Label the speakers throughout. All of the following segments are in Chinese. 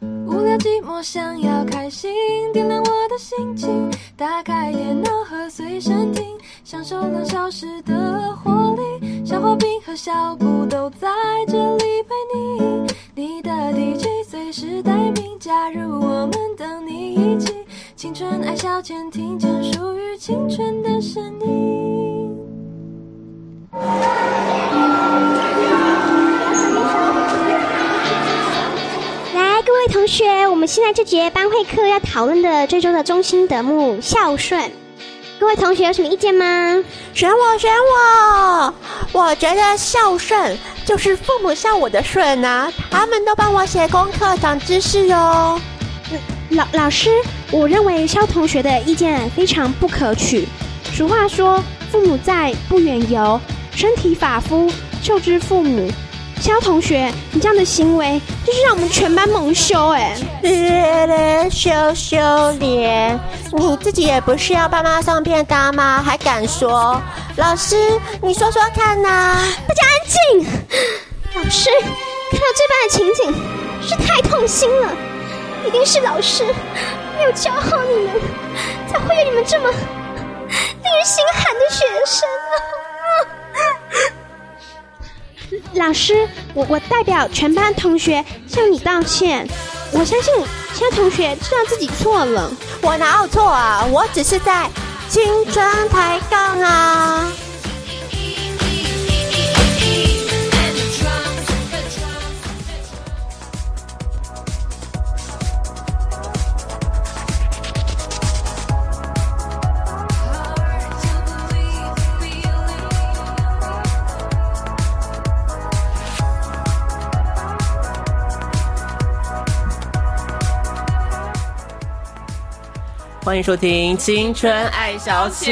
Speaker 1: 掉寂寞，想要开心，点亮我的心情，打开电脑和随身听，享受两小时的活力。小花瓶和小布都在这里陪你，你的 DJ 随时待命，加入我们，等你一起。青春爱消遣，听见属于青春的声音。
Speaker 2: 来，各位同学，我们现在这节班会课要讨论的最终的中心德目孝顺，各位同学有什么意见吗？
Speaker 3: 选我，选我！我觉得孝顺就是父母孝我的顺啊，他们都帮我写功课、长知识哟、
Speaker 2: 老老师，我认为肖同学的意见非常不可取。俗话说，父母在，不远游，身体发肤受之父母。肖同学，你这样的行为就是让我们全班蒙羞哎、
Speaker 3: 日日羞羞脸，你自己也不是要爸妈送便当吗？还敢说？老师，你说说看呐、
Speaker 2: 大家安静！老师看到这般的情景，是太痛心了，一定是老师没有教好你们，才会有你们这么令人心寒的学生啊！老师，我我代表全班同学向你道歉，我相信其他同学知道自己错了。
Speaker 3: 我哪有错啊？我只是在青春抬杠啊！
Speaker 4: 欢迎收听《青春爱消遣》，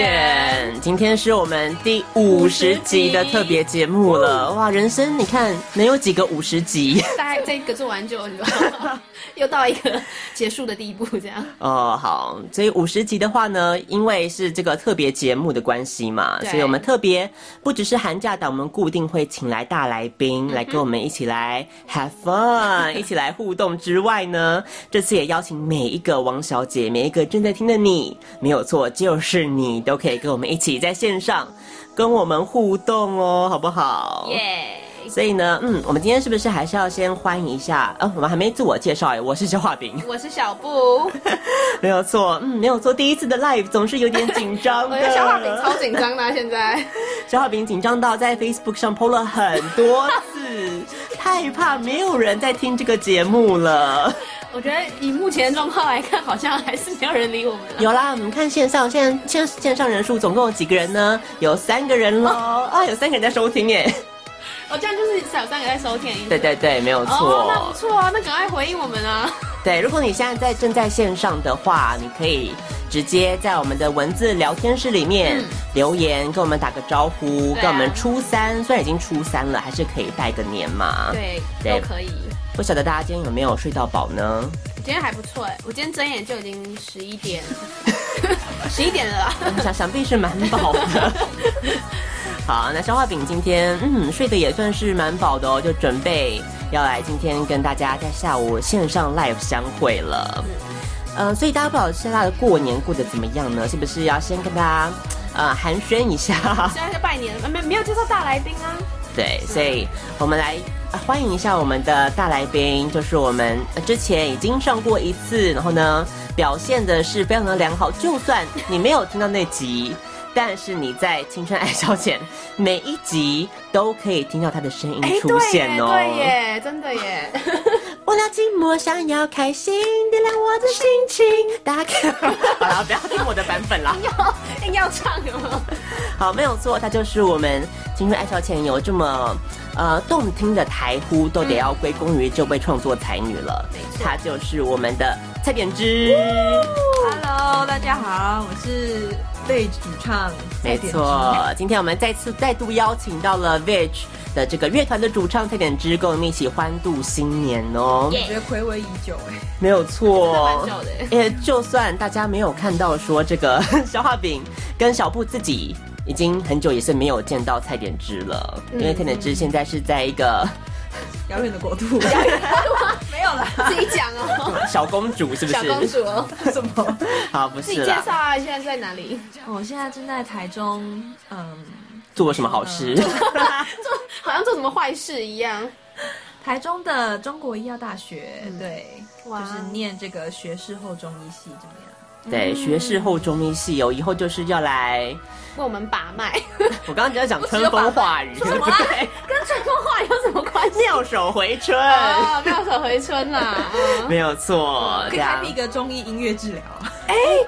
Speaker 4: 今天是我们第五十集的特别节目了。哇，人生你看能有几个五十集？
Speaker 5: 大概这个做完就你 知道吗又到一个结束的地步，这样。
Speaker 4: 哦，好，所以五十集的话呢，因为是这个特别节目的关系嘛，
Speaker 5: 对
Speaker 4: 所以我们特别不只是寒假档，我们固定会请来大来
Speaker 5: 嗯
Speaker 4: 宾来跟我们一起来 have fun，一起来互动之外呢，这次也邀请每一个王小姐，每一个正在听的你，没有错，就是你都可以跟我们一起在线上跟我们互动哦，好不好？
Speaker 5: 耶、
Speaker 4: 所以呢，嗯，我们今天是不是还是要先欢迎一下？呃、我们还没自我介绍哎，我是小画饼。
Speaker 5: 我是小布，
Speaker 4: 没有错，嗯，没有错。第一次的 live 总是有点紧张
Speaker 5: 我
Speaker 4: 的。
Speaker 5: 觉得小画饼超紧张的啊、现在。
Speaker 4: 小画饼紧张到在 Facebook 上 PO 了很多 次，害怕没有人在听这个节目了。
Speaker 5: 我觉得以目前的状况来看，好像还是没有人理我们了。
Speaker 4: 有啦，我们看线上，现在线线上人数总共有几个人呢？有三个人喽，啊，有三个人在收听耶。
Speaker 5: 哦，这样就是小三个在收听。
Speaker 4: 对对对，没有
Speaker 5: 哦，那
Speaker 4: 错
Speaker 5: 不。错啊，那赶快回应我们啊！
Speaker 4: 对，如果你现在在正在线上的话，你可以直接在我们的文字聊天室里面、
Speaker 5: 嗯
Speaker 4: 留言，跟我们打个招呼，
Speaker 5: 对啊
Speaker 4: 跟我们初三，虽然已经初三了，还是可以拜个年嘛。，
Speaker 5: 对，
Speaker 4: 对
Speaker 5: 都可以。
Speaker 4: 不晓得大家今天有没有睡到饱呢？
Speaker 5: 今天还不错哎，我今天睁眼就已经十一 点，十一点了啦。
Speaker 4: 想 想必是蛮饱的。 好，那消化饼今天嗯睡得也算是蛮饱的哦，就准备要来今天跟大家在下午线上 live 相会了。呃，所以大家不晓得现在的过年过得怎么样呢？是不是要先跟大家呃寒暄一下？
Speaker 5: 现在是拜年，呃没没有介绍大来宾啊。
Speaker 4: 对，所以我们来、呃欢迎一下我们的大来宾，就是我们、呃之前已经上过一次，然后呢表现的是非常的良好。就算你没有听到那集，但是你在《青春爱消遣》每一集都可以听到他的声音出现哦。
Speaker 5: 哎对耶，真的耶。
Speaker 4: 我聊寂寞，想要开心，点亮我的心情。打 开，好了，不要听我的版本啦。
Speaker 5: 硬要唱哦有没有？
Speaker 4: 好，没有错，它就是我们青春爱消遣有这么呃动听的台呼，都得要归功于这位创作才女了。
Speaker 5: 没错
Speaker 4: 她就是我们的蔡点之，
Speaker 6: Hello，大家好，我是贝主唱，
Speaker 3: 哎
Speaker 4: 没错。今天我们再次再度邀请到了 Veg 的这个乐团的主唱蔡点之，跟我们一起欢度新年哦。
Speaker 6: 我觉得暌违已久哎，
Speaker 4: 没有错
Speaker 5: 真的蛮久 的，
Speaker 4: 也呃就算大家没有看到说这个 消化饼跟小布自己已经很久也是没有见到蔡点之了，
Speaker 5: 嗯
Speaker 4: 因为蔡点之现在是在一个
Speaker 6: 遥远的国度，
Speaker 5: 自己讲哦。
Speaker 4: 小公主 是不
Speaker 5: 小公
Speaker 4: 是？
Speaker 5: 主哦，
Speaker 6: 什么？
Speaker 4: 好，不
Speaker 5: 自己
Speaker 4: 是
Speaker 5: 介
Speaker 4: 啦
Speaker 5: 绍，啊，现在在哪里？
Speaker 6: 我现在正在台中，嗯，
Speaker 4: 做了什么好事？
Speaker 5: 嗯做好像做什么坏事一样。
Speaker 6: 台中的中国医药大学，
Speaker 3: 嗯
Speaker 6: 对，
Speaker 5: 哇
Speaker 6: 就是念这个学士后中医系怎么样？
Speaker 4: 对，学士后中医系哦，以后就是要来。
Speaker 5: 为我们把脉，
Speaker 4: 我刚刚只要讲春风化雨，对不对？
Speaker 5: 跟春风化雨有什么关系？
Speaker 4: 妙手回春，
Speaker 5: 啊，妙手回春啦！ 啊
Speaker 4: 没有错，
Speaker 6: 可
Speaker 4: 这
Speaker 6: 以
Speaker 3: 啊
Speaker 6: 开
Speaker 4: 样
Speaker 6: 辟一个中医音乐治疗，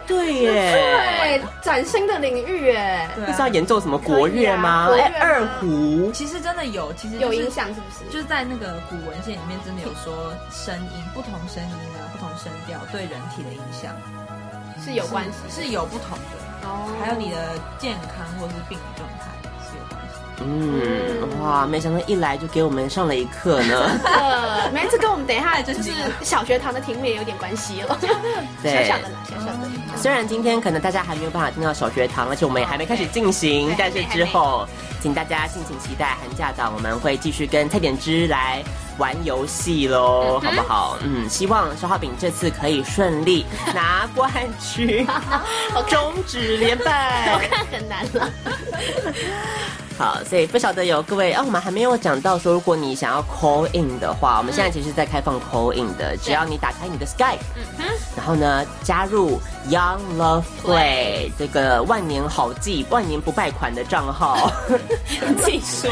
Speaker 4: 对耶。
Speaker 5: 对，崭新的领域耶，
Speaker 6: 对
Speaker 4: 那
Speaker 6: 啊
Speaker 4: 是要演奏什么国乐吗？
Speaker 5: 可以啊
Speaker 4: 哎
Speaker 5: 国乐，啊
Speaker 4: 二胡
Speaker 6: 其实真的有，其实就是
Speaker 5: 有影，响是不是？
Speaker 6: 就是在那个古文献里面真的有说声音，不同声音啊，不同声调对人体的影响
Speaker 5: 是有关系
Speaker 6: 是有不同的，
Speaker 5: 哦
Speaker 6: 还有你的健康或是病理状态是有关系的。
Speaker 4: 嗯，哇，没想到一来就给我们上了一课 呢。
Speaker 5: 呃，没这跟我们等一下就是小学堂的题目也有点关系哦，小
Speaker 4: 对
Speaker 5: 小的啦，小小的。
Speaker 4: 虽然今天可能大家还没有办法听到小学堂，而且我们也还没开始进行
Speaker 5: 对，
Speaker 4: 但是之后，请大家敬请期待寒假档，我们会继续跟蔡点之来玩游戏喽，好不好？嗯，希望消化饼这次可以顺 利拿冠军，中指连
Speaker 5: 我
Speaker 4: 败。
Speaker 5: 看很难了，
Speaker 4: 好，所以不晓得有各位啊，我们还没有讲到说，如果你想要 call in 的话，我们现在其实在开放 call in 的，只要你打开你的 Skype，然
Speaker 5: 嗯
Speaker 4: 后呢加入 Young Love Play 这个万年好记、万年不败款的账号，
Speaker 5: 自己说。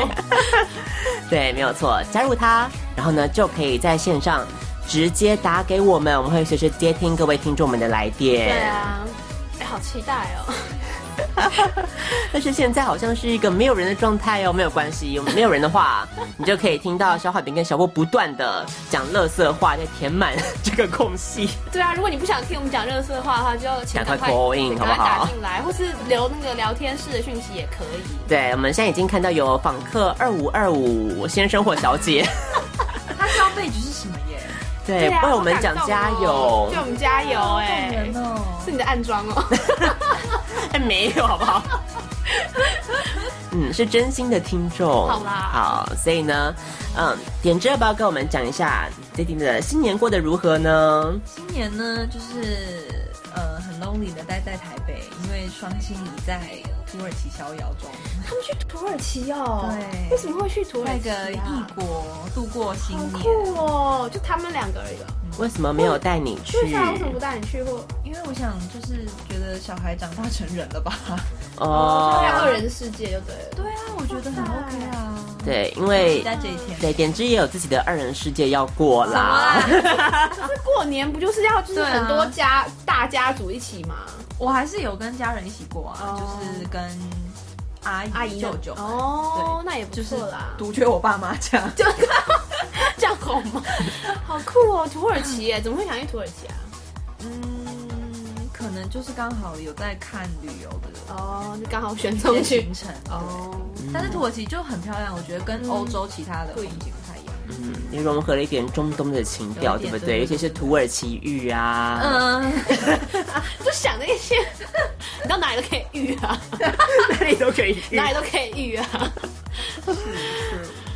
Speaker 4: 对，没有错，加入它，然后呢就可以在线上直接打给我们，我们会随时接听各位听众们的来电。
Speaker 5: 对啊，哎，好期待哦。
Speaker 4: 但是现在好像是一个没有人的状态哦，没有关系，没有人的 话，你就可以听到小海饼跟小波不断的讲乐色话，在填满这个空 隙。
Speaker 5: 对啊，如果你不想听我们讲热色的话的话，就请
Speaker 4: 赶快 call in，
Speaker 5: 赶快
Speaker 4: 好不好
Speaker 5: 打进来，或是留那个聊天室的讯息也可以。
Speaker 4: 对，我们现在已经看到有访客二五二五先生或小姐，
Speaker 6: 他知道背景是什么耶？
Speaker 4: 对，
Speaker 5: 啊
Speaker 4: 哎为我们讲加油
Speaker 5: 对。我们加油
Speaker 6: 动
Speaker 5: 哎
Speaker 6: 人，哦！
Speaker 5: 是你的暗装哦。
Speaker 4: 哎，没有，好不 好？嗯，是真心的听众。
Speaker 5: 好啦
Speaker 4: 好，所以呢，嗯，点之要不要跟我们讲一下最近的新年过得如何呢？
Speaker 6: 今年呢，就是呃很 lonely 的待在台北，因为双星已在土耳其逍遥中，
Speaker 5: 他们去土耳其哦，
Speaker 6: 对
Speaker 5: 为什么会去土耳
Speaker 6: 在一
Speaker 5: 其、啊？
Speaker 6: 个异国度过新
Speaker 5: 好
Speaker 6: 年。
Speaker 5: 酷哦，就他们两个而已哦。
Speaker 4: 为什么没有带你去？
Speaker 5: 对啊，为什么不带你去或？
Speaker 6: 因为我想，就是觉得小孩长大成人了吧？
Speaker 4: 哦
Speaker 5: 就在啊二人世界就对了。
Speaker 6: 对啊，我觉得很 OK 啊。
Speaker 4: 对，因为
Speaker 6: 期待这一天。啊
Speaker 4: 对点之也有自己的二人世界要过啦。
Speaker 5: 可是过年不就是要就是
Speaker 6: 对啊
Speaker 5: 很多家、大家族一起嘛？
Speaker 6: 我还是有跟家人一起过啊，
Speaker 5: 哦
Speaker 6: 就是跟阿姨、
Speaker 5: 阿姨
Speaker 6: 舅舅，
Speaker 5: 哦，那也不
Speaker 6: 就是
Speaker 5: 错啦。
Speaker 6: 独缺我爸妈家。
Speaker 5: 就这样好吗？ 好酷哦，土耳其耶，怎么会想去土耳其啊？
Speaker 6: 嗯，可能就是刚好有在看旅游的
Speaker 5: 哦，就刚好选中
Speaker 6: 一些
Speaker 5: 去
Speaker 6: 行。程哦。
Speaker 5: 哦，
Speaker 6: 但是土耳其就很漂亮，我觉得跟欧洲其他的风景不太一样。
Speaker 4: 嗯，也融合了一点中东的情调，
Speaker 6: 有一
Speaker 4: 对
Speaker 6: 点
Speaker 4: 不对？
Speaker 6: 对
Speaker 4: 尤其是土耳其浴啊，
Speaker 6: 嗯，
Speaker 5: 就想那些， 你到哪里都可以遇啊，
Speaker 4: 哪里都可以浴
Speaker 5: 哪。里都可以遇啊。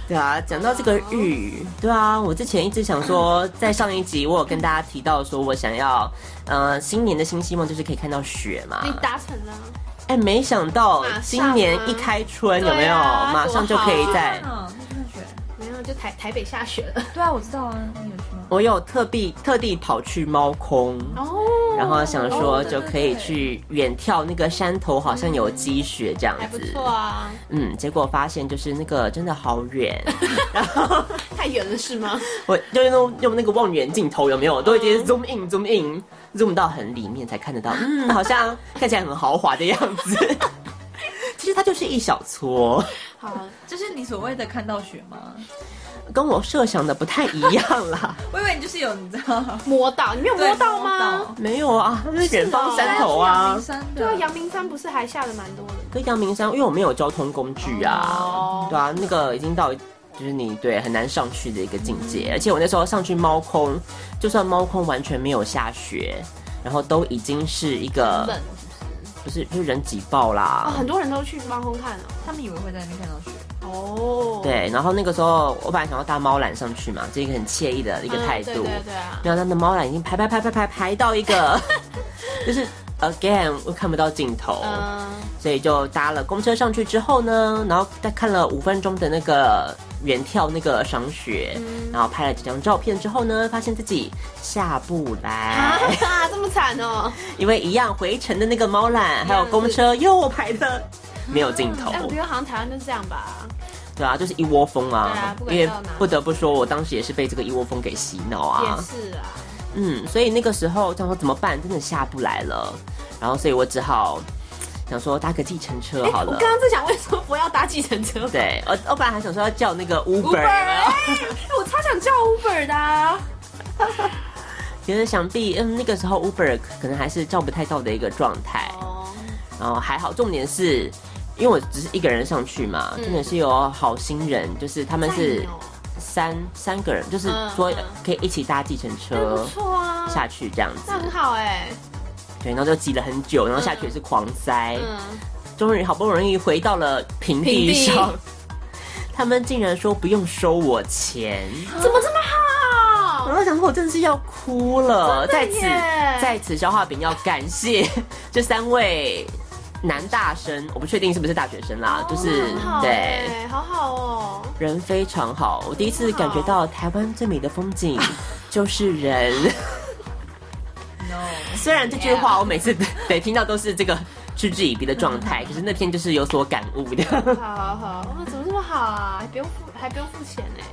Speaker 4: 对啊，讲到这个浴，对啊，我之前一直想说，在上一集我有跟大家提到说，我想要，呃，新年的新希望就是可以看到雪嘛
Speaker 5: 你。达成了，
Speaker 4: 哎，没想到
Speaker 5: 马上啊
Speaker 4: 今年一开春，有没
Speaker 5: 对
Speaker 4: 有
Speaker 5: 啊
Speaker 4: 马上就可以在？
Speaker 6: 啊，那去看雪。
Speaker 5: 没有，就台台北下雪了。
Speaker 6: 对啊，我知道啊，你有去吗？
Speaker 4: 我有特地特地跑去猫空。
Speaker 5: 哦，
Speaker 4: 然后想说就可以去远眺那个山头，好像有积雪这样
Speaker 5: 还不
Speaker 4: 子。
Speaker 5: 错啊，
Speaker 4: 嗯，结果发现就是那个真的好远，
Speaker 5: 太远了是吗？
Speaker 4: 我就用用那个望远镜头有没有，都已经
Speaker 5: 嗯
Speaker 4: zoom in zoom in zoom 到很里面才看得 到，嗯，好像看起来很豪华的样子。 其实它就是一小撮，
Speaker 5: 好，
Speaker 6: 这是你所谓的看到雪吗？
Speaker 4: 跟我设想的不太一样啦。
Speaker 6: 我以为你就是有，你知道吗？
Speaker 5: 摸到，你没有摸到
Speaker 6: 对摸
Speaker 5: 吗
Speaker 6: 到？哎
Speaker 4: 没有啊，那是远
Speaker 5: 哦
Speaker 4: 方山头
Speaker 6: 阳
Speaker 4: 啊
Speaker 6: 明。山
Speaker 5: 对
Speaker 6: 的
Speaker 5: 啊，阳明山不是还下的蛮多的吗？
Speaker 4: 跟阳明山，因为我们有交通工具啊，
Speaker 5: 哦
Speaker 4: 对啊，那个已经到就是你对很难上去的一个境界，而且我那时候上去猫空，就算猫空完全没有下雪，然后都已经是一个
Speaker 5: 冷
Speaker 4: 不是就是人挤爆啦，
Speaker 5: 啊，很多人都去猫空看了。
Speaker 6: 他们以为会在那边看到雪，
Speaker 5: 哦，哦，
Speaker 4: 对，然后那个时候我本来想要搭猫缆上去嘛，这一个很惬意的一个
Speaker 5: 嗯
Speaker 4: 态度。
Speaker 5: 对对对啊，
Speaker 4: 然后他的猫缆已经排排排排排排到一个， 就是 again 我看不到尽头，
Speaker 5: 嗯，
Speaker 4: 所以就搭了公车上去之后呢，然后再看了五分钟的那个远眺那个赏雪，
Speaker 5: 嗯
Speaker 4: 然后拍了几张照片之后呢，发现自己下不来，
Speaker 5: 啊， 这么惨哦！
Speaker 4: 因为一样回程的那个猫缆还有公车又排的没有尽头
Speaker 5: 哎，，我觉得好像台湾就是这样吧。
Speaker 4: 对啊，就是一窝蜂
Speaker 5: 对
Speaker 4: 啊
Speaker 5: 啊不，管
Speaker 4: 因为
Speaker 5: 到哪
Speaker 4: 不得不说，我当时也是被这个一窝蜂给洗脑啊
Speaker 5: 也，是啊，
Speaker 4: 嗯，所以那个时候想说怎么办，真的下不来了，然后所以我只好想说搭个计程车好
Speaker 5: 哎我
Speaker 4: 了
Speaker 5: 刚。刚正想问说不要搭计程车
Speaker 4: 对，我我本来还想说要叫那个
Speaker 5: Uber，
Speaker 4: Uber，
Speaker 5: 哎我超想叫 Uber 的啊。
Speaker 4: 觉得想必嗯那个时候 Uber 可能还是叫不太到的一个状态，
Speaker 5: 哦，
Speaker 4: 然后还好，重点是因为我只是一个人上去嘛，真的是有好心人，就是他们是
Speaker 5: 赞嗯哦
Speaker 4: 三三个人，就是
Speaker 5: 嗯
Speaker 4: 说
Speaker 5: 嗯
Speaker 4: 可以一起搭计程
Speaker 5: 那
Speaker 4: 车
Speaker 5: 不错啊，
Speaker 4: 呃下去这样子
Speaker 5: 那，很好哎。
Speaker 4: 对，然后就挤了很久，然后下去也是狂塞，
Speaker 5: 嗯，
Speaker 4: 终于好不容易回到了平地
Speaker 5: 平地
Speaker 4: 上， 他们竟然说不用收我 钱。
Speaker 5: 怎么这么好？
Speaker 4: 然后想说，我真的是要哭了。在
Speaker 5: 真的
Speaker 4: 此，
Speaker 5: 耶
Speaker 4: 在此，消化饼要感谢 这三位男大生，我不确定是不是大学生啦，就
Speaker 5: 哦
Speaker 4: 是
Speaker 5: 很好
Speaker 4: 对
Speaker 5: 哎，好好哦。
Speaker 4: 人非常好。我第一次感觉到台湾最美的风 景就是人。
Speaker 6: No，
Speaker 4: 虽然这句话我每次
Speaker 5: 哎
Speaker 4: 得听到都是这个嗤之以鼻的状 态，可是那天就是有所感悟的。
Speaker 5: 好好好，哇，怎么这么好啊？还不用付，还不用付钱哎呢。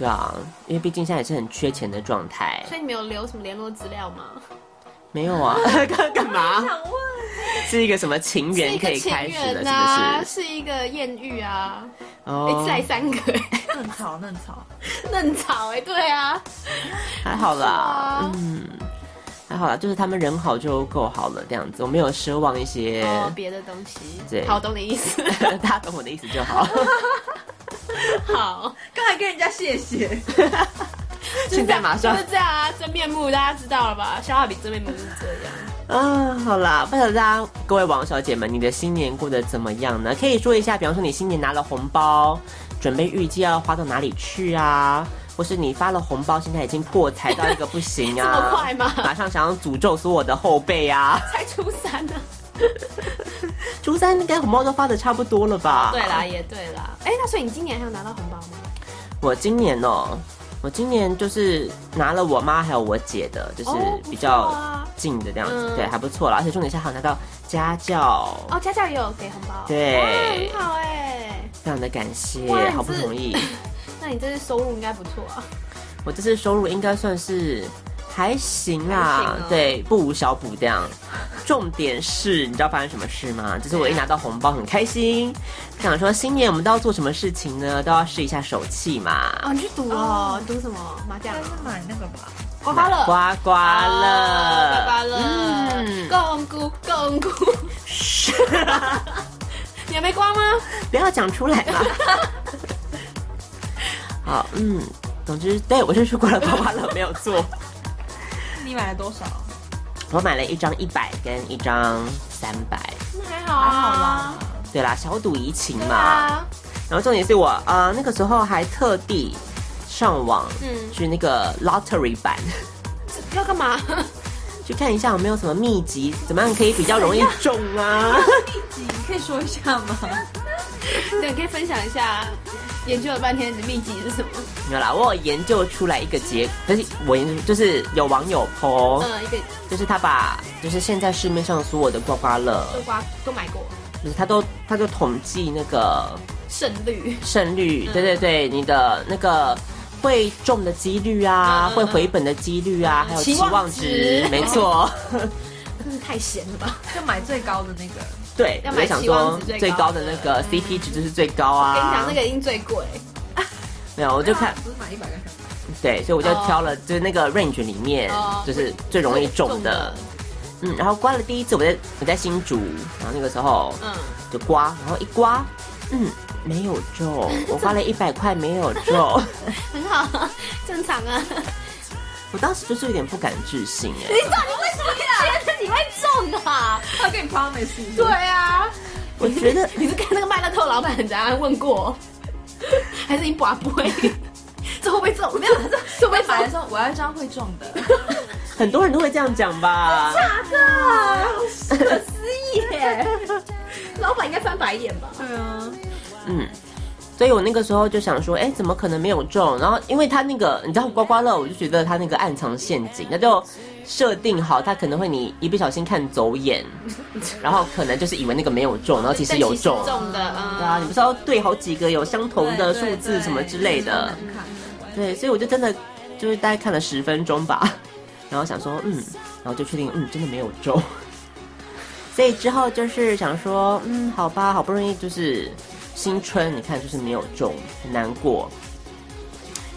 Speaker 4: 对啊，因为毕竟现在也是很缺钱的状态。
Speaker 5: 所以你们有留什么联络资料吗？
Speaker 4: 没有 啊，干干嘛？是一个什么情
Speaker 5: 是
Speaker 4: 缘
Speaker 5: 一
Speaker 4: 可
Speaker 5: 个
Speaker 4: 以
Speaker 5: 情
Speaker 4: 开始的，
Speaker 5: 缘
Speaker 4: 是不
Speaker 5: 啊，
Speaker 4: 是？
Speaker 5: 是一个艳遇啊，
Speaker 4: 哦
Speaker 5: 一次来三个 哎，
Speaker 6: 嫩草嫩草，
Speaker 5: 嫩草哎，对啊，
Speaker 4: 还好啦
Speaker 5: 不错啊，
Speaker 4: 嗯，还好啦，就是他们人好就够好了，这样子，我没有奢望一些，
Speaker 5: 哦，别的东西，
Speaker 4: 对
Speaker 5: 好懂你意 思，
Speaker 4: 大家懂我的意思就好。
Speaker 5: 好，
Speaker 6: 刚才跟人家谢谢，
Speaker 4: 现在马上
Speaker 5: 就是这样啊，真面目大家知道了 吧？消化饼真面目是这样，
Speaker 4: 啊，好啦，不晓得大家各位王小姐们，你的新年过得怎么样呢？可以说一下，比方说你新年拿了红包，准备预计要花到哪里去啊？或是你发了红包，现在已经破财到一个不行 啊，
Speaker 5: 这么快吗
Speaker 4: 马上想要诅咒所有的后辈啊！
Speaker 5: 才初三 呢，
Speaker 4: 初三应该红包都发的差不多了吧？
Speaker 5: 对啦，也对啦，哎，那所以你今年还有拿到红包吗？
Speaker 4: 我今年哦、我今年就是拿了我妈还有我姐的，就是
Speaker 5: 哦
Speaker 4: 比较
Speaker 5: 不错啊
Speaker 4: 近的这样子，
Speaker 5: 嗯
Speaker 4: 对，还不错啦。而且重点是还有拿到家教，
Speaker 5: 哦，家教也有给红包，
Speaker 4: 对
Speaker 5: 哇很好哎，
Speaker 4: 非常的感谢
Speaker 5: 哇，你
Speaker 4: 好不
Speaker 5: 这
Speaker 4: 容易。
Speaker 5: 那你这次收入应该不错啊，
Speaker 4: 我这次收入应该算是还行啦，
Speaker 5: 还行哦
Speaker 4: 对，不无小补这样。重点是，你知道发生什么事吗？就是我一拿到红包很开心，想说新年我们都要做什么事情呢？都要试一下手气嘛。
Speaker 5: 哦，你去赌哦，赌什么麻将
Speaker 6: 但？是买那个吧，
Speaker 5: 刮刮
Speaker 4: 刮
Speaker 5: 乐。
Speaker 4: 刮乐，
Speaker 5: 哦刮刮乐，
Speaker 4: 嗯
Speaker 5: 共菇共菇， 你还没刮吗？
Speaker 4: 不要讲出来 嘛。好，嗯，总之，对我是去过了刮刮乐，没有 做。
Speaker 6: 你买了多少？
Speaker 4: 我买了一张一百跟一张三百。
Speaker 5: 那还好
Speaker 6: 还
Speaker 5: 啊，
Speaker 6: 好啦，
Speaker 4: 对啦，小赌怡情
Speaker 5: 对
Speaker 4: 嘛。
Speaker 5: 啊，
Speaker 4: 然后重点是我呃那个时候还特地上网，
Speaker 5: 嗯
Speaker 4: 去那个 lottery 版
Speaker 5: 这要干嘛？
Speaker 4: 去看一下有没有什么秘籍，怎么样可以比较容易中啊？
Speaker 6: 你可以说一下吗？
Speaker 5: 对，可以分享一下研究了半天你的秘籍是什么？
Speaker 4: 没有啦，我有研究出来一个结，不是我研究，就是有网友 po，
Speaker 5: 嗯，一个
Speaker 4: 就是他把就是现在市面上所有的刮刮乐，
Speaker 5: 都刮都买过，
Speaker 4: 就是他都他就统计那个
Speaker 5: 胜率
Speaker 4: 胜率，
Speaker 5: 嗯
Speaker 4: 对对对，你的那个会中的几率啊，
Speaker 5: 嗯嗯嗯嗯
Speaker 4: 会回本的几率啊，还有期
Speaker 5: 期望
Speaker 4: 望值，
Speaker 5: 值
Speaker 4: 没 错，
Speaker 5: 真是太闲了吧？
Speaker 6: 就买最高的那个，
Speaker 4: 对，
Speaker 5: 要
Speaker 4: 我
Speaker 5: 买
Speaker 4: 就想
Speaker 5: 期望
Speaker 4: 说
Speaker 5: 值最
Speaker 4: 最
Speaker 5: 高嗯
Speaker 4: 高的那个 CP 值就是最高啊。
Speaker 5: 跟你讲，那个一定最贵，
Speaker 4: 没有，我就看
Speaker 6: 啊不是买一百个什么？
Speaker 4: 对，所以我就挑了就是那个 range 里面
Speaker 5: 哦
Speaker 4: 就是最容易中的，嗯，然后刮了第一次，我在我在新竹，然后那个时候
Speaker 5: 嗯，
Speaker 4: 就刮，然后一刮，嗯，没有中， 我花了一百块没有 中。
Speaker 5: 很好啊，正常啊。
Speaker 4: 我当时就是有点不敢置信哎、
Speaker 5: 你到底为什么觉得你会中 啊？
Speaker 6: 他给你 promise，
Speaker 5: 对啊，
Speaker 4: 我觉得
Speaker 5: 你是跟那个麦乐透老板人家问过，还是你不不会？这会不会中？没有，这会不会
Speaker 6: 买
Speaker 5: 中
Speaker 6: 的？时候我要一张会中的，
Speaker 4: 很多人都会这样讲吧？
Speaker 5: 耶！老板应该翻白眼吧？
Speaker 6: 对啊，
Speaker 4: 嗯，所以我那个时候就想说，哎、怎么可能没有中？然后因为他那个，你知道刮刮乐，我就觉得他那个暗藏陷阱，那就设定好，他可能会你一不小心看走 眼，然后可能就是以为那个没有中，然后其实有中。
Speaker 5: 中的，嗯，
Speaker 4: 对啊，你不是要对好几个有相同的数字什么之类的，对，所以我就真的就是大概看了十分钟吧， 然后想说嗯，然后就确定嗯真的没有中， 所以之后就是想说嗯好吧，好不容易就是新春，你看就是没有中，很难过。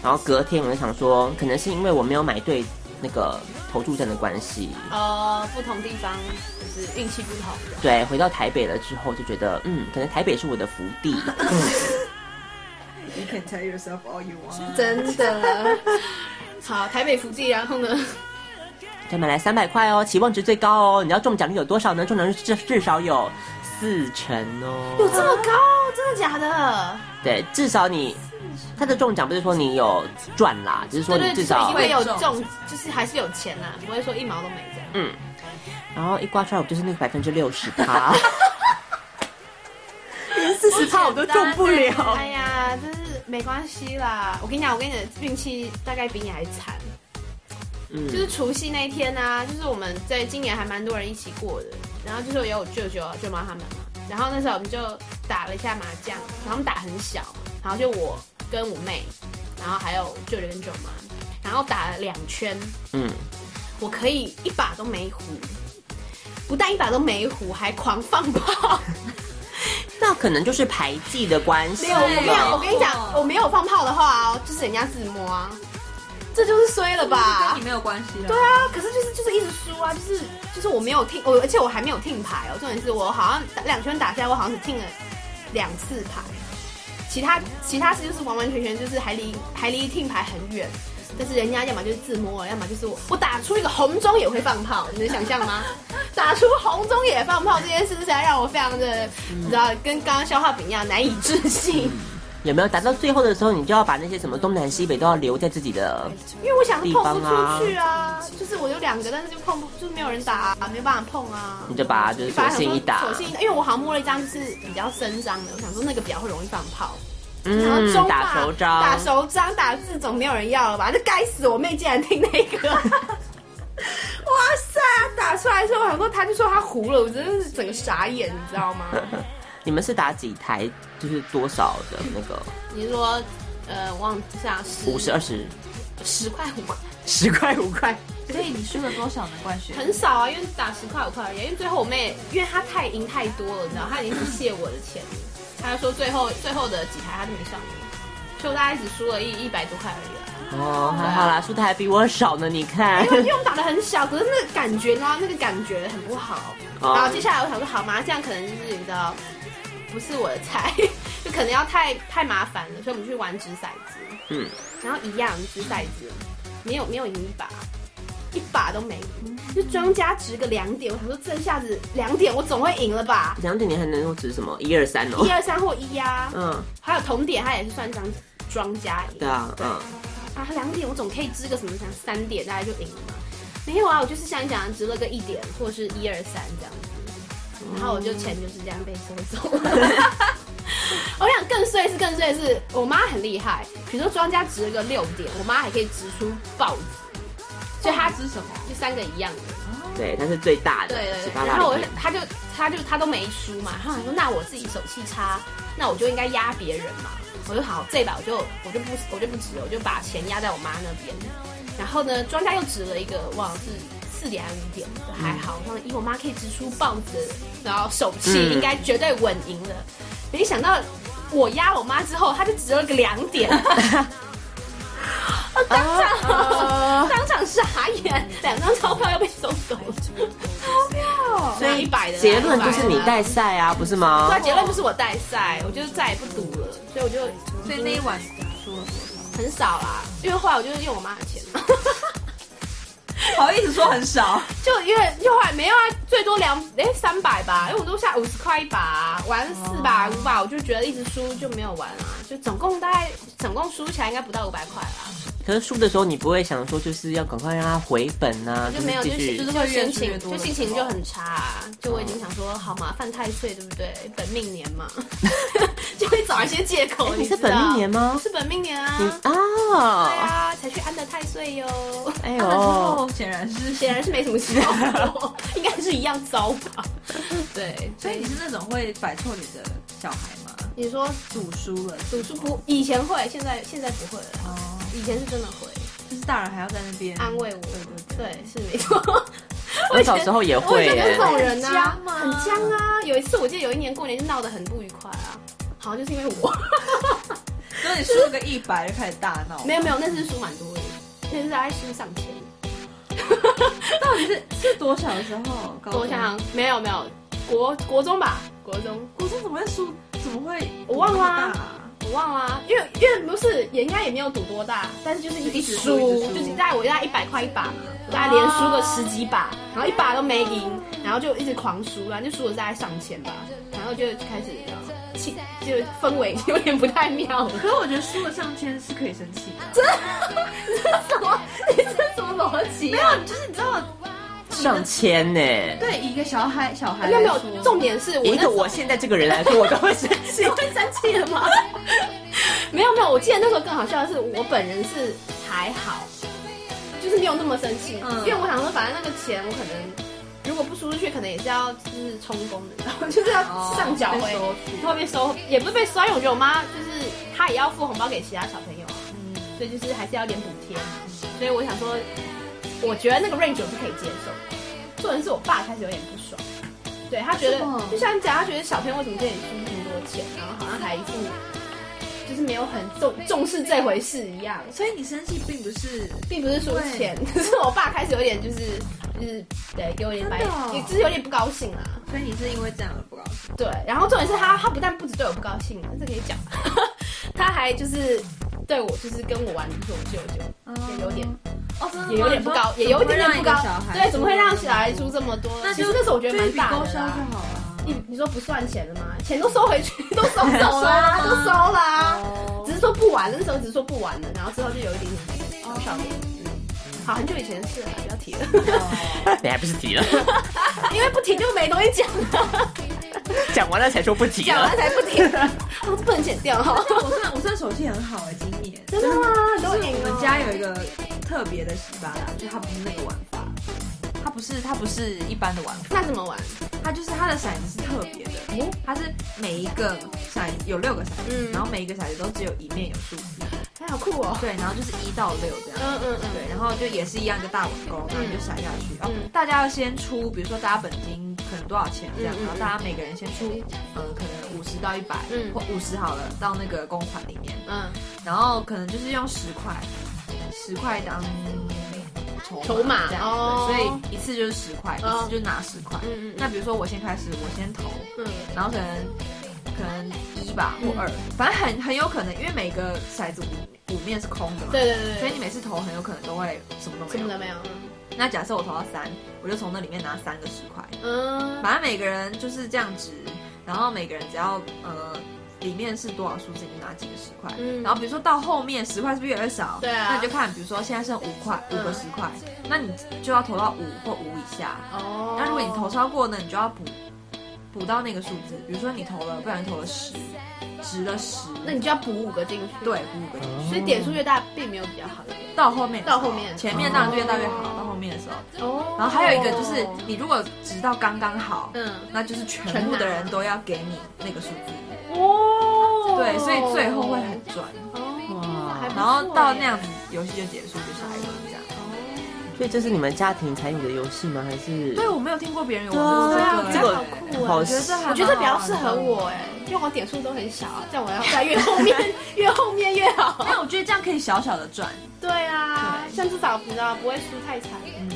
Speaker 4: 然后隔天我就想说，可能是因为我没有买对那个投注站的关系，
Speaker 5: 哦，不同地方就是运气不同的。
Speaker 4: 对，回到台北了之后就觉得嗯，可能台北是我的福地。嗯
Speaker 6: You can tell yourself all you want。
Speaker 5: 真的。好，台北福记，然后呢？
Speaker 4: 再买来三百块哦，期望值最高哦。你知道中奖率有多少呢？中奖率至至少有四成哦。
Speaker 5: 这么高，真的假的？
Speaker 4: 对，至少你他的中奖不是说你有赚啦，只是说
Speaker 5: 对
Speaker 4: 你
Speaker 5: 对，
Speaker 4: 至
Speaker 5: 就是
Speaker 4: 少
Speaker 5: 因为有中，就是还是有钱啦，不会说一毛都没这样。
Speaker 4: 嗯。然后一刮出来，我就是那个百分之六十趴，连四十趴我都中不了。
Speaker 5: 哎呀，真是没关系啦。我跟你讲，我跟你的运气大概比你还惨。
Speaker 4: 嗯
Speaker 5: 就是除夕那一天啊，就是我们在今年还蛮多人一起过的，然后就是有我舅舅、舅妈他们嘛，然后那时候我们就打了一下麻将，然后我们打很小，然后就我跟我妹，然后还有舅舅跟舅妈，然后打了两圈，
Speaker 4: 嗯，
Speaker 5: 我可以一把都没胡，不但一把都没胡，还狂放炮。
Speaker 4: 那可能就是排技的关系
Speaker 5: 没有，我没有，我
Speaker 4: 吧。
Speaker 5: 跟你讲，我没有放炮的话哦，就是人家自摸啊，这就是衰了吧
Speaker 6: 跟你？没有关系了。
Speaker 5: 对，啊，可是就是就是一直输啊，就是就是我没有听，我而且我还没有听牌哦，重点是我好像打两圈打下来，我好像只听了两次牌，其他其他次就是完完全全就是还离还离听牌很远。但是人家要么就是自摸，要么就是我我打出一个红中也会放炮，你能想象吗？打出红中也放炮这件事，实在让我非常的，你知道，跟刚刚消化饼一样难以置信。
Speaker 4: 有没有达到最后的时候，你就要把那些什么东南西北都要留在自己的
Speaker 5: 因为我想碰不出去啊，就是我有两个，但是就碰不，就是没有人打、啊，没有办法碰啊。
Speaker 4: 你就把它就是索性一打
Speaker 5: 索性一打，因为我好像摸了一张就是比较深张的，我想说那个比较会容易放炮。然后
Speaker 4: 嗯
Speaker 5: 中
Speaker 4: 打
Speaker 5: 吧
Speaker 4: 手掌，
Speaker 5: 打手掌，打字总没有人要了吧？这该死，我妹竟然听那 个。哇塞！打出来之后，我想说，她就说她糊了，我真的是整个傻眼，你知 道吗？
Speaker 4: 你们是打几台？就是多少的那个？
Speaker 5: 你说，呃，忘记下十
Speaker 4: 五十、二十、
Speaker 5: 十块五块，
Speaker 4: 十块、五块？
Speaker 6: 所以你输了多少呢，冠 学？
Speaker 5: 很少啊，因为打十块五块而已。因为最后我妹，因为她太赢太多了，你知道，她已经是谢我的钱了。她就说最后最后的几台她都没上过，所以我大概只输了一一百多块而已啊。
Speaker 4: 哦，还好啦，输的还比我少呢。你看
Speaker 5: 因，哎为因为我们打的很小，可是那个感觉呢，那个感觉很不好。
Speaker 4: 哦
Speaker 5: 然后接下来我想说，好麻将可能就是你知道，不是我的菜，就可能要太太麻烦了，所以我们去玩掷骰子。
Speaker 4: 嗯，
Speaker 5: 然后一样掷骰子，没有没有赢一把，一把都没赢，就庄家值个两点，我想说这下子两点我总会赢了吧，
Speaker 4: 两点你还能够值什么？一二三
Speaker 5: 一
Speaker 4: 哦。
Speaker 5: 二三或一呀、啊，
Speaker 4: 嗯，
Speaker 5: 还有同点他也是算庄庄家赢
Speaker 4: 对啊，嗯，
Speaker 5: 啊，两点我总可以支个什么，想三点大概就赢了嘛，没有啊，我就是像你讲的值了个一点或是一二三这样子，然后我就钱就是这样被收走了。我想更衰是更衰的是，我妈很厉害，比如说庄家值了个六点，我妈还可以值出豹子，所以她
Speaker 6: 是什么？
Speaker 5: 就三个一样的，
Speaker 4: 对，它是最大的，十八
Speaker 5: 然后
Speaker 4: 大
Speaker 5: 我
Speaker 4: 里面。
Speaker 5: 她就她就她都没输嘛，然后我说那我自己手气差，那我就应该压别人嘛。我就好，这一把我就我就不我就不值了，我就把钱压在我妈那边。然后呢，庄家又指了一个，忘了是四点还是五点，就
Speaker 4: 嗯
Speaker 5: 还好。然后以我妈可以掷出豹子，然后手气
Speaker 4: 嗯
Speaker 5: 应该绝对稳赢了。没想到我压我妈之后，她就只了个两点。我当场当场傻眼，两张钞票要被收走了，钞票，所以一百的
Speaker 4: 结论就是你
Speaker 5: 带，
Speaker 4: 带赛啊，不是吗
Speaker 5: 对，？结论就是我带赛，我就再也不赌了，所以我就
Speaker 6: 所以那一晚输了多少？
Speaker 5: 很少啦，因为后来我就是用我妈的钱，
Speaker 6: 好意思说很少，
Speaker 5: 就因为就后来没有啊，最多两哎三百吧，因为我都下五十块一把、啊，玩四把五把，我就觉得一直输就没有玩啊，就总共大概总共输起来应该不到五百块啦，
Speaker 4: 可是输的时候，你不会想说就是要赶快让它回本啊，
Speaker 5: 就没有
Speaker 4: 是
Speaker 5: 就
Speaker 4: 继
Speaker 5: 是
Speaker 4: 续
Speaker 5: 就。是
Speaker 6: 就
Speaker 5: 会
Speaker 6: 是越
Speaker 5: 心
Speaker 6: 输越多
Speaker 5: 情就
Speaker 6: 的
Speaker 5: 心情
Speaker 6: 时
Speaker 5: 就
Speaker 6: 候
Speaker 5: 很差、啊，就我已经想说好嘛，犯太岁对不对？本命年嘛， 就会找一些借口。
Speaker 4: 哎你是
Speaker 5: 知道
Speaker 4: 本命年吗
Speaker 5: 我是本命年
Speaker 4: 你
Speaker 5: 啊，
Speaker 4: 啊，
Speaker 5: 对啊，才去安的太岁哟。
Speaker 4: 哎
Speaker 6: 那时
Speaker 4: 呦，
Speaker 6: 候哦显然 是
Speaker 5: 显然是没什么希望，应该是一样糟吧？对，
Speaker 6: 所以你是那种会摆错脸的小孩吗？
Speaker 5: 你说
Speaker 6: 赌输了，
Speaker 5: 赌输不？以前会，现在现在不会了。
Speaker 6: 哦，啊
Speaker 5: 以前是真的会
Speaker 6: 就是大人还要在那边
Speaker 5: 安慰我，
Speaker 6: 对对对
Speaker 5: 是没错。
Speaker 4: 我小时候也
Speaker 5: 我
Speaker 4: 会
Speaker 5: 以前就是
Speaker 4: 耶
Speaker 5: 这，种人
Speaker 6: 很
Speaker 5: 啊
Speaker 6: 僵，吗
Speaker 5: 很僵啊。有一次我记得有一年过年就闹得很不愉快啊，好像就是因为我，
Speaker 6: 如果你输了个一百就开始大闹，
Speaker 5: 没有没有，那次输蛮多的，那次大概输上千。
Speaker 6: 到底是是多小的时候？高中
Speaker 5: 我想，想，没有没有，国国中吧，哦国中
Speaker 6: 国中怎么会输？怎么会？
Speaker 5: 我忘了啊我忘了、啊，因为因为不是也应该也没有赌多大，但是就是一直输，
Speaker 6: 就一直输
Speaker 5: 就是大概我大概一百块一把嘛，我大概连输个十几把，然后一把都没赢，然后就一直狂输，然后就输了大概上千吧，然后就开始呃气，就氛围 有点不太妙了。
Speaker 6: 可是我觉得输了上千是可以生气的，
Speaker 5: 什么？你 这什么逻辑、啊？
Speaker 6: 就是你知道，
Speaker 4: 上千呢。
Speaker 6: 对一个小孩小孩
Speaker 5: 没有没
Speaker 6: 来
Speaker 5: 有，
Speaker 6: 说，
Speaker 5: 重点是我
Speaker 4: 以一
Speaker 5: 那
Speaker 4: 个
Speaker 5: 时候
Speaker 4: 我现在这个人来说，我都会生气
Speaker 5: 你。会生气了吗？ 没有没有，我记得那时候更好笑的是，我本人是还好，就是没有那么生气，
Speaker 6: 嗯
Speaker 5: 因为我想说，反正那个钱我可能如果不输出去，可能也是要就是充公的，你知道吗？就是要上缴欸回，
Speaker 6: 哦
Speaker 5: 然后被收，也不是被收，因为我觉得我妈就是她也要付红包给其他小朋友啊，所以就是还是要点补贴，所以我想说，我觉得那个 range 我是可以接受的，重点是我爸开始有点不爽。对他觉得
Speaker 6: 为什么，
Speaker 5: 就像你讲，他觉得小朋友为什么跟你输这么多钱，然后好像还一副就是没有很重重视这回事一样，
Speaker 6: 所以你生气并不是
Speaker 5: 并不是输钱，可是我爸开始有点就是就是对，有点白
Speaker 6: 真的哦，
Speaker 5: 也就是有点不高兴啊。
Speaker 6: 所以你是因为这样而不高兴？
Speaker 5: 对，然后重点是他他不但不止对我不高兴，这可以讲， 他还就是对我就是跟我玩左舅舅，
Speaker 6: 嗯
Speaker 5: 也有点
Speaker 6: 哦，真的吗
Speaker 5: 也有点不高，也有一点点不高
Speaker 6: 怎么会让一个小，孩
Speaker 5: 对，怎么会让小孩出这么多？
Speaker 6: 那
Speaker 5: 其
Speaker 6: 就
Speaker 5: 实那时候我觉得蛮
Speaker 6: 就一
Speaker 5: 大
Speaker 6: 笔
Speaker 5: 的
Speaker 6: 勾销
Speaker 5: 啦
Speaker 6: 就。好了。
Speaker 5: 你你说不算钱了吗？钱都收回去， 都收走 了啊，都收了啊，
Speaker 6: 哦
Speaker 5: 只是说不玩了，那时候只是说不玩了，然后之后就有一点点小小的。
Speaker 6: 哦
Speaker 5: 嗯好，很久以前的事了，不要提了，
Speaker 4: 你还不是提了？
Speaker 5: 因为不提就没东西讲了，
Speaker 4: 讲完了才说不提
Speaker 5: 讲完
Speaker 4: 了。
Speaker 5: 才不提，啊这不能剪掉哈。
Speaker 6: 我算我算手气很好哎、今年
Speaker 5: 真的吗？
Speaker 6: 就是我们家有一个特别的洗发达，就它不是那个玩法，它不是它不是一般的玩法，
Speaker 5: 那怎么玩？
Speaker 6: 它就是它的骰子是特别的，它是每一个骰子有六个骰子，
Speaker 5: 哦嗯
Speaker 6: 然后每一个骰子都只有一面有数字，
Speaker 5: 哎，好酷哦。
Speaker 6: 对，然后就是一到六这样。
Speaker 5: 嗯嗯
Speaker 6: 对，然后就也是一样一个大碗公，然后你就甩下去。哦
Speaker 5: 嗯，
Speaker 6: 大家要先出，比如说大家本金可能多少钱这样
Speaker 5: 嗯，嗯
Speaker 6: 然后大家每个人先出，呃，可能五十到一百，
Speaker 5: 嗯
Speaker 6: 或五十好了，到那个公款里面，
Speaker 5: 嗯
Speaker 6: 然后可能就是用十块，十块当
Speaker 5: 筹
Speaker 6: 筹
Speaker 5: 码
Speaker 6: 码这样，
Speaker 5: 哦
Speaker 6: 对所以一次就是十块，
Speaker 5: 哦
Speaker 6: 一次就拿十块。
Speaker 5: 嗯嗯嗯
Speaker 6: 那比如说我先开始，我先投，
Speaker 5: 嗯
Speaker 6: 然后可能可能一吧或二，反正很很有可能，因为每个骰子五五面是空的嘛，
Speaker 5: 对对对对
Speaker 6: 所以你每次投很有可能都会什么都
Speaker 5: 什
Speaker 6: 没
Speaker 5: 么都
Speaker 6: 有。
Speaker 5: 没有。嗯
Speaker 6: 那假设我投到三，我就从那里面拿三个十块，
Speaker 5: 嗯，
Speaker 6: 反正每个人就是这样值，然后每个人只要呃里面是多少数字，你就拿几个十块。
Speaker 5: 嗯
Speaker 6: 然后比如说到后面十块是不是越来越少？
Speaker 5: 对啊
Speaker 6: 那你就看，比如说现在剩五块，五
Speaker 5: 嗯
Speaker 6: 个十块，那你就要投到五或五以下。
Speaker 5: 哦
Speaker 6: 那如果你投超过呢，你就要补补到那个数字。比如说你投了，不然你投了十，值了十，
Speaker 5: 那你就要补五个进去。，
Speaker 6: 对补五个进去。
Speaker 5: 所以点数越大，并没有比较好的。
Speaker 6: 到后面的时候
Speaker 5: 到后面
Speaker 6: 前面当然就越大越好，到后面的时候。
Speaker 5: 哦
Speaker 6: 然后还有一个就是，你如果值到刚刚好，
Speaker 5: 嗯
Speaker 6: 那就是全部的人都要给你那个数字，
Speaker 5: 哦
Speaker 6: 对，所以最后会很赚。
Speaker 5: 哦，还不错
Speaker 6: 然后到那样子，游戏就结束，就下一轮这样。
Speaker 4: 所以这是你们家庭才有的游戏吗？还是
Speaker 6: 对，我没有听过别人有
Speaker 5: 对
Speaker 6: 玩
Speaker 5: 啊
Speaker 6: 过，
Speaker 5: 我
Speaker 6: 这
Speaker 5: 觉
Speaker 6: 个欸，
Speaker 5: 得好酷
Speaker 4: 好
Speaker 5: 哎。
Speaker 6: 我觉得这还
Speaker 5: 我觉得这比较适合我哎，因为我点数都很小，这样我要在越后面越后面越好。
Speaker 6: 但我觉得这样可以小小的赚，
Speaker 5: 对啊，像至少你知道不会输太惨。嗯，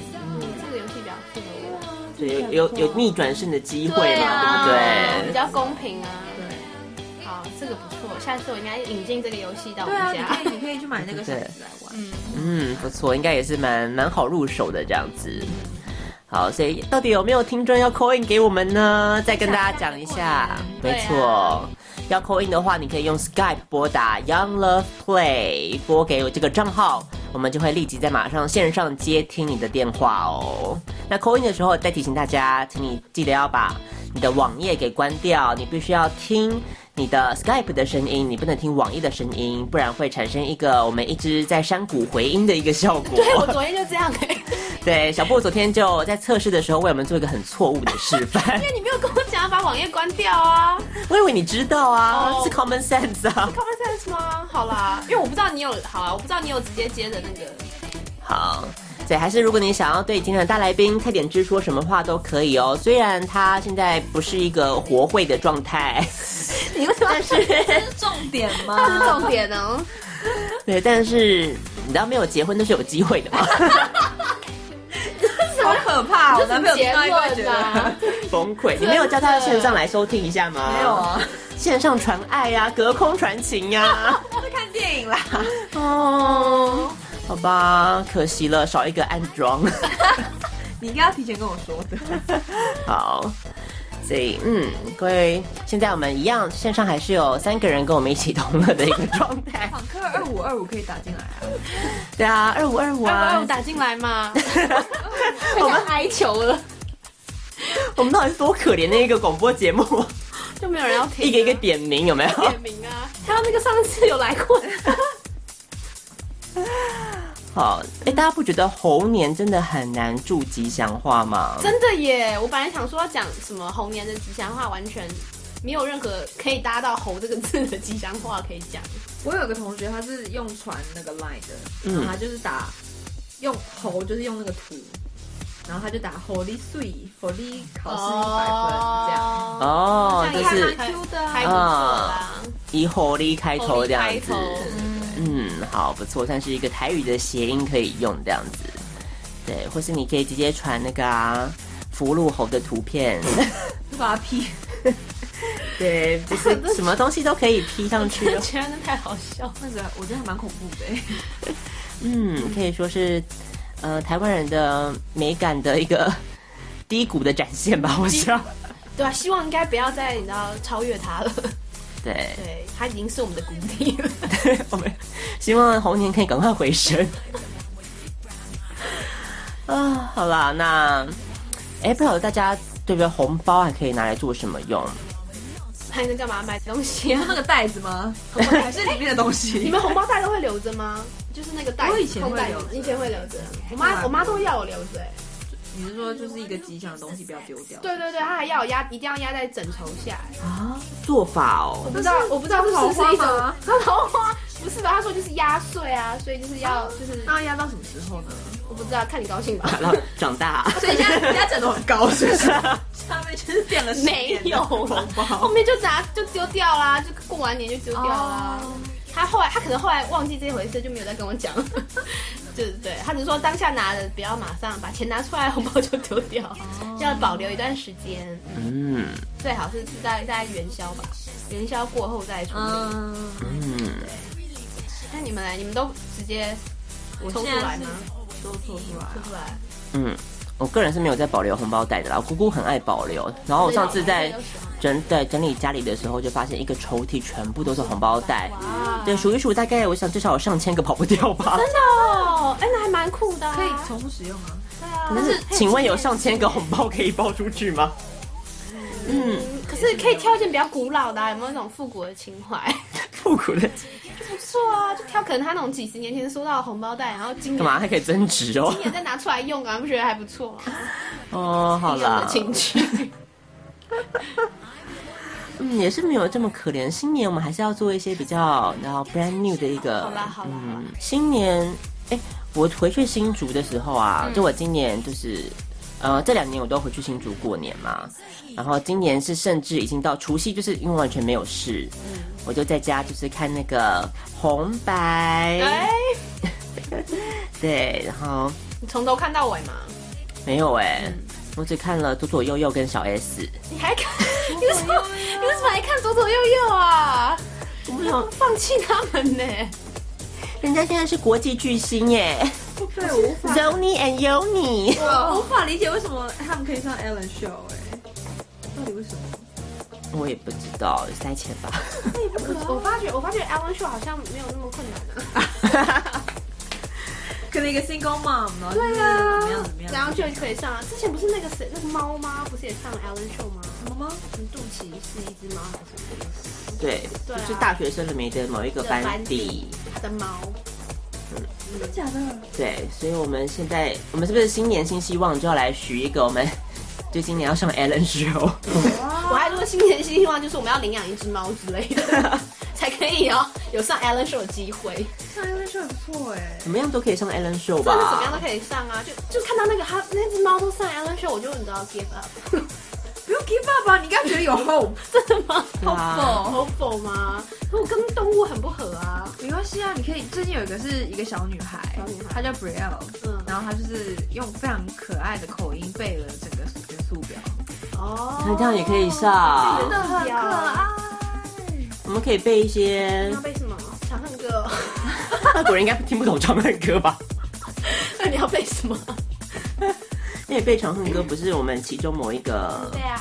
Speaker 5: 这个游戏比较适合我。
Speaker 4: 对有有有逆转胜的机会
Speaker 5: 对啊
Speaker 4: 嘛？对
Speaker 5: 比
Speaker 4: 不对？
Speaker 5: 较公平啊。
Speaker 6: 对，
Speaker 5: 好，这个不错，下次我应该引进这个游戏到我
Speaker 6: 对
Speaker 5: 们
Speaker 6: 啊，你
Speaker 5: 家。
Speaker 6: 可以你可以去买那个骰子来玩。
Speaker 5: 嗯，
Speaker 4: 嗯，不错，应该也是蛮蛮好入手的这样子。好，所以到底有没有听众要 call in 给我们呢？再跟大家讲一下，
Speaker 5: 对
Speaker 4: 没
Speaker 5: 啊
Speaker 4: 错，要 call in 的话，你可以用 Skype 拨打 Young Love Play 拨给我这个账号，我们就会立即在马上线上接听你的电话哦。那 call in 的时候，再提醒大家，请你记得要把你的网页给关掉，你必须要听。你的 Skype 的声音，你不能听网易的声音，不然会产生一个我们一直在山谷回音的一个效果。
Speaker 5: 对我昨天就这样哎、
Speaker 4: 对，小布昨天就在测试的时候为我们做一个很错误的示 范。
Speaker 5: 因为你没有跟我讲要把网页关掉啊
Speaker 4: 我以为你知道啊，
Speaker 5: 哦
Speaker 4: 是 common sense 啊。
Speaker 5: ，Common Sense 吗？好啦，因为我不知道你有，好啊，我不知道你有直接接的那个。
Speaker 4: 好，所以还是如果你想要对今天的大来宾蔡点之说什么话都可以哦，虽然他现在不是一个活会的状态，
Speaker 5: 你为什么要是
Speaker 6: 这是重点吗？
Speaker 5: 重点哦呢？
Speaker 4: 对，但是你知道没有结婚都是有机会的 嘛，
Speaker 6: 好可怕！我男朋友
Speaker 5: 结
Speaker 6: 听到一定会觉
Speaker 5: 论
Speaker 6: 得
Speaker 5: 啊，
Speaker 4: 崩溃。你没有叫他线上来收听一下吗？
Speaker 6: 没有，啊，
Speaker 4: 线上传爱呀、啊，隔空传情呀、啊。
Speaker 6: 是看电影啦。
Speaker 4: 哦，好吧，可惜了，少一个安 装。
Speaker 6: 你应该要提前跟我说的。
Speaker 4: 好，所以嗯，各位，现在我们一样，线上还是有三个人跟我们一起同乐的一个状态。
Speaker 6: 访客二五二五可以打进来啊。
Speaker 4: 对啊，二五二五
Speaker 5: 要不要
Speaker 4: 啊
Speaker 5: 我，打进来嘛？我们哀求了，
Speaker 4: 我们到底是多可怜的一个广播 节目，
Speaker 5: 就没有人要听啊、
Speaker 4: 一个一个点名有没有？
Speaker 5: 点名啊！还有那个上次有来 过的，
Speaker 4: 好，哎，大家不觉得猴年真的很难祝吉祥话吗？
Speaker 5: 真的耶！我本来想说要讲什么猴年的吉祥话，完全没有任何可以搭到“猴”这个字的吉祥话可以讲。
Speaker 6: 我有个同学，他是用传那个 line 的，
Speaker 4: 嗯
Speaker 6: 然后他就是打用猴，就是用那个图，然后他就打 Holy Sweet Holy
Speaker 5: 哦
Speaker 6: 考试一百分这样。
Speaker 5: 样，
Speaker 4: 哦，
Speaker 5: 这
Speaker 4: 就
Speaker 5: 样也
Speaker 4: 是
Speaker 5: 还蛮 Q 的啊，还
Speaker 4: 是
Speaker 5: 不错啦，
Speaker 4: 以猴力开头这样
Speaker 5: 猴力
Speaker 4: 子
Speaker 5: 开头。
Speaker 4: 嗯，好，不错，算是一个台语的谐音可以用这样子。对，或是你可以直接传那个啊，福禄猴的图片。
Speaker 6: 就把它 P
Speaker 4: 对，就是 什么东西都可以 P 上去哦。
Speaker 5: 觉得啊那太好笑了。
Speaker 6: 那个，我觉得还蛮恐怖的欸。
Speaker 4: 嗯，可以说是呃台湾人的美感的一个低谷的展现吧，我知道。
Speaker 5: 对啊，希望应该不要再你知道超越他了。
Speaker 4: 对，
Speaker 5: 对，他已经是我们的谷底了。
Speaker 4: 我们希望猴年可以赶快回升。啊，好啦，那哎，不晓得大家对不对红包还可以拿来做什么用？
Speaker 5: 还能干嘛？买东西
Speaker 6: 你
Speaker 5: 啊
Speaker 6: 说？那个袋子 吗？还是里面的东西？
Speaker 5: 你们红包袋都会留着吗？就是那个袋子，
Speaker 6: 我以前会
Speaker 5: 空袋子
Speaker 6: 留着
Speaker 5: 以前会留着。我
Speaker 6: 对啊
Speaker 5: 妈，我妈都要我留着、欸。
Speaker 6: 你是说就是一个吉祥的东西不要丢掉？
Speaker 5: 对对对，她还要我压，一定要压在枕头下、欸。
Speaker 4: 啊，做法哦
Speaker 5: 我，不知道，我不知道这是不是一种
Speaker 6: 桃花吗
Speaker 5: 这 桃花？不是吧？她说就是压岁啊，所以就是要就是
Speaker 6: 那要压到什么时候呢？
Speaker 5: 我不知道，看你高兴吧。
Speaker 4: 然后长大。
Speaker 6: 所以压压枕头很高，是不 是？下面就是垫了
Speaker 5: 没有
Speaker 6: 红
Speaker 5: 后
Speaker 6: 包。
Speaker 5: 面就拿就丢掉啦，就过完年就丢掉啦。他后来他可能后来忘记这回事，就没有再跟我讲。 对对对，他只是说当下拿了，不要马上把钱拿出来，红包就丢掉，要保留一段时间，
Speaker 4: 嗯
Speaker 5: 最好是在在元宵吧，元宵过后再处理。
Speaker 6: 嗯，
Speaker 4: 嗯，
Speaker 5: 那、你们呢？你们都直接
Speaker 6: 我
Speaker 5: 抽出
Speaker 6: 现在
Speaker 5: 来
Speaker 6: 是
Speaker 5: 吗？
Speaker 6: 都抽出来
Speaker 5: 抽出
Speaker 6: 了。
Speaker 5: 来。
Speaker 4: 嗯，我个人是没有在保留红包袋的啦，我姑姑很爱保留。然后我上次在整对整理家里的时候，就发现一个抽屉全部都是红包袋。
Speaker 5: 哇，
Speaker 4: 对，数一数，大概我想至少有上千个跑不掉吧。
Speaker 5: 真的哦，哎、那还蛮酷的、啊。
Speaker 6: 可以重复使用啊。
Speaker 5: 对啊，
Speaker 4: 但是，请问有上千个红包可以包出去吗？嗯，
Speaker 5: 可是可以挑一件比较古老的、啊，有没有那种复古的情怀？
Speaker 4: 复古的
Speaker 5: 不错啊，就挑可能他那种几十年前收到的红包袋，然后今
Speaker 4: 干
Speaker 5: 年
Speaker 4: 嘛还可以增值哦
Speaker 5: 今？年再拿出来用啊，不觉得还不错吗？
Speaker 4: 哦，好
Speaker 5: 一样的
Speaker 4: 啦，
Speaker 5: 情趣，
Speaker 4: 嗯，也是没有这么可怜。新年我们还是要做一些比较然后 brand new 的一个。
Speaker 5: 好啦好啦好啦
Speaker 4: 嗯，新年，哎，我回去新竹的时候
Speaker 5: 嗯
Speaker 4: 啊，就我今年就是，呃，这两年我都回去新竹过年嘛，然后今年是甚至已经到除夕，就是因为完全没有事，
Speaker 5: 嗯
Speaker 4: 我就在家就是看那个红白，
Speaker 5: 哎，
Speaker 4: 对，然后
Speaker 5: 你从头看到尾嘛？嗯
Speaker 4: 没有哎、我只看了左左右右跟小 S，
Speaker 5: 你还看？你为什么你为什么还看左左右右啊？我不想放弃他们呢、
Speaker 4: 人家现在是国际巨星耶
Speaker 6: 对，我无法，
Speaker 4: ，Zony and Yoni。
Speaker 6: 我无法理解为什么他们可以上 Ellen Show 哎、到底为什么？
Speaker 4: 我也不知道，塞钱 吧。
Speaker 5: 我我发觉我发觉 Alan Show 好像没有那么困难啊。
Speaker 6: 可能一个 single mom，然后就是
Speaker 5: 对啊，
Speaker 6: 怎么样怎么样，
Speaker 5: 然后就可以上啊。之前不是那个谁，那个猫吗？不是也上了 Alan Show 吗？
Speaker 6: 什么吗？
Speaker 5: 什么肚脐嗯是一只猫还是什么？
Speaker 4: 对，
Speaker 5: 对啊
Speaker 4: 就是大学生里面的某一个班底。
Speaker 5: 它的猫。
Speaker 6: 真的假的？
Speaker 4: 对，所以我们现在，我们是不是新年新希望就要来许一个我们 就今年要上 Ellen Show？
Speaker 5: 我还说新年新希望就是我们要领养一只猫之类 的，才可以哦，有上 Alan Show 的机会。
Speaker 6: 上 Ellen Show 很不错哎、
Speaker 4: 怎么样都可以上 Ellen Show
Speaker 5: 不管是怎么样
Speaker 4: 吧？
Speaker 5: 都可以上啊，就就看到那个它那只猫都上 Alan Show，我就你知道 give up，
Speaker 6: 不用 give up 啊，你刚刚觉得有 hope，
Speaker 5: 真的吗？
Speaker 4: 对啊，
Speaker 5: 好否吗？可我跟动物很不合啊。
Speaker 6: 没关系啊，你可以。最近有一个是一个小女孩，
Speaker 5: 小女孩
Speaker 6: 她叫 Brielle，
Speaker 5: 嗯
Speaker 6: 然后她就是用非常可爱的口音背了整个元素表，
Speaker 5: 哦，
Speaker 4: 那这样也可以上
Speaker 5: 真的很可爱。
Speaker 4: 我们可以背一些
Speaker 5: 你要，背什么？长恨歌。
Speaker 4: 外国人应该听不懂长恨歌吧？
Speaker 5: 那你要背什么？
Speaker 4: 那也背长恨歌不是我们其中某一个？
Speaker 5: 对啊，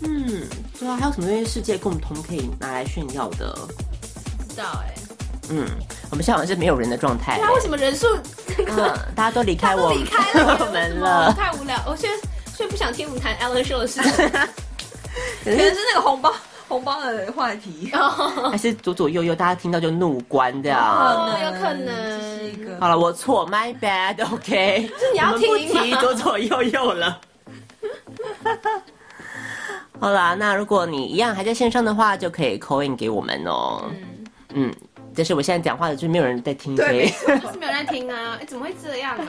Speaker 4: 嗯，对啊，还有什么东西世界共通可以拿来炫耀的？
Speaker 5: 不知道哎。
Speaker 4: 嗯，我们现在好像是没有人的状态
Speaker 5: 对。啊，为什么人数
Speaker 4: 嗯，大家都离开
Speaker 5: 他
Speaker 4: 我
Speaker 5: 都离开了？
Speaker 4: 我们
Speaker 5: 我
Speaker 4: 了。
Speaker 5: 太无聊，我现在现在不想听我们谈 Alan Show 的事 情。
Speaker 4: 可
Speaker 6: 可能
Speaker 4: 是
Speaker 6: 是那个红包红包的话题。
Speaker 4: 还是左左右右，大家听到就怒关这样。
Speaker 5: 哦有可能
Speaker 6: 这是一
Speaker 4: 好
Speaker 6: 个
Speaker 4: 了，我错，my bad，OK、
Speaker 5: 是你
Speaker 4: 我
Speaker 5: 要
Speaker 4: 们
Speaker 5: 停
Speaker 4: 不
Speaker 5: 吗
Speaker 4: 提左左右右了。 好啦，那如果你一样还在线上的话，就可以 call in 给我们哦。嗯，但是我现在讲话的就没有人在听，所以
Speaker 5: 就是没有人在听啊！哎，怎么会这样啊？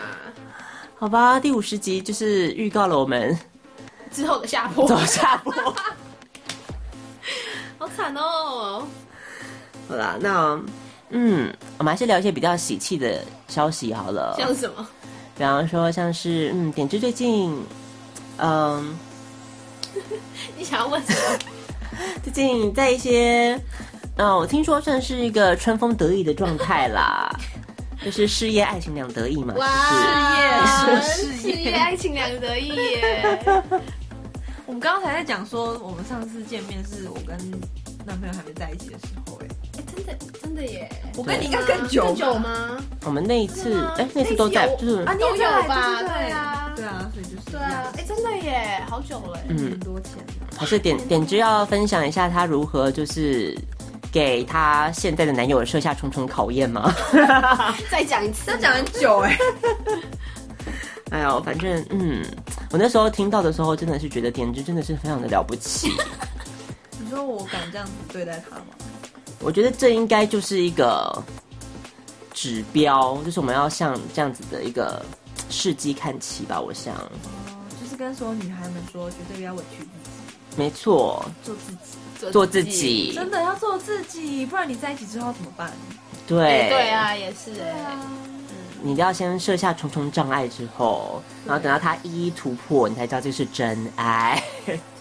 Speaker 4: 好吧，第五十集就是预告了我们
Speaker 5: 之后的下 坡
Speaker 4: 走下坡。
Speaker 5: 好惨哦！
Speaker 4: 好啦，那嗯，我们还是聊一些比较喜气的消息好了。
Speaker 5: 像什么？
Speaker 4: 比方说像是嗯，点知最近，嗯，
Speaker 5: 你想要问什么？
Speaker 4: 最近在一些，嗯、我听说算是一个春风得意的状态啦，就是事业爱情两得意嘛，就是
Speaker 5: 事业，事业，爱情两得意耶！
Speaker 6: 我们刚刚才在讲说，我们上次见面是我跟男朋友还没在一起的时候、啊哎，
Speaker 5: 哎真的，真的耶！
Speaker 6: 我跟你应该更久吧
Speaker 5: 更久？吗？
Speaker 4: 我们那一次，哎、那
Speaker 5: 那
Speaker 4: 次都在，
Speaker 5: 有
Speaker 4: 就是
Speaker 6: 啊，你也
Speaker 5: 都有
Speaker 6: 在
Speaker 5: 吧
Speaker 6: 对
Speaker 5: 对啊
Speaker 6: 对啊，所以就是
Speaker 5: 对啊，哎，真的耶，好久了耶。
Speaker 6: 一样，
Speaker 4: 嗯
Speaker 6: 很，多钱啊
Speaker 4: 还是点点知要分享一下她如何就是给她现在的男友设下重重考验吗？
Speaker 5: 再讲一次，
Speaker 6: 这样讲很久哎、
Speaker 4: 哎呦，反正嗯，我那时候听到的时候，真的是觉得点知真的是非常的了不起。
Speaker 6: 你说我敢这样子对待他吗？
Speaker 4: 我觉得这应该就是一个指标，就是我们要向这样子的一个事迹看齐吧。我想，
Speaker 6: 嗯就是跟所有女孩们说，绝对不要委屈自己，
Speaker 4: 没错，
Speaker 6: 做自己，
Speaker 4: 做自。己，
Speaker 6: 真的要做自己，不然你在一起之后怎么办？
Speaker 4: 对
Speaker 5: 哎对，啊，也是哎。
Speaker 4: 你一定要先设下重重障碍之后，然后等到他一一突破，你才知道这是真爱。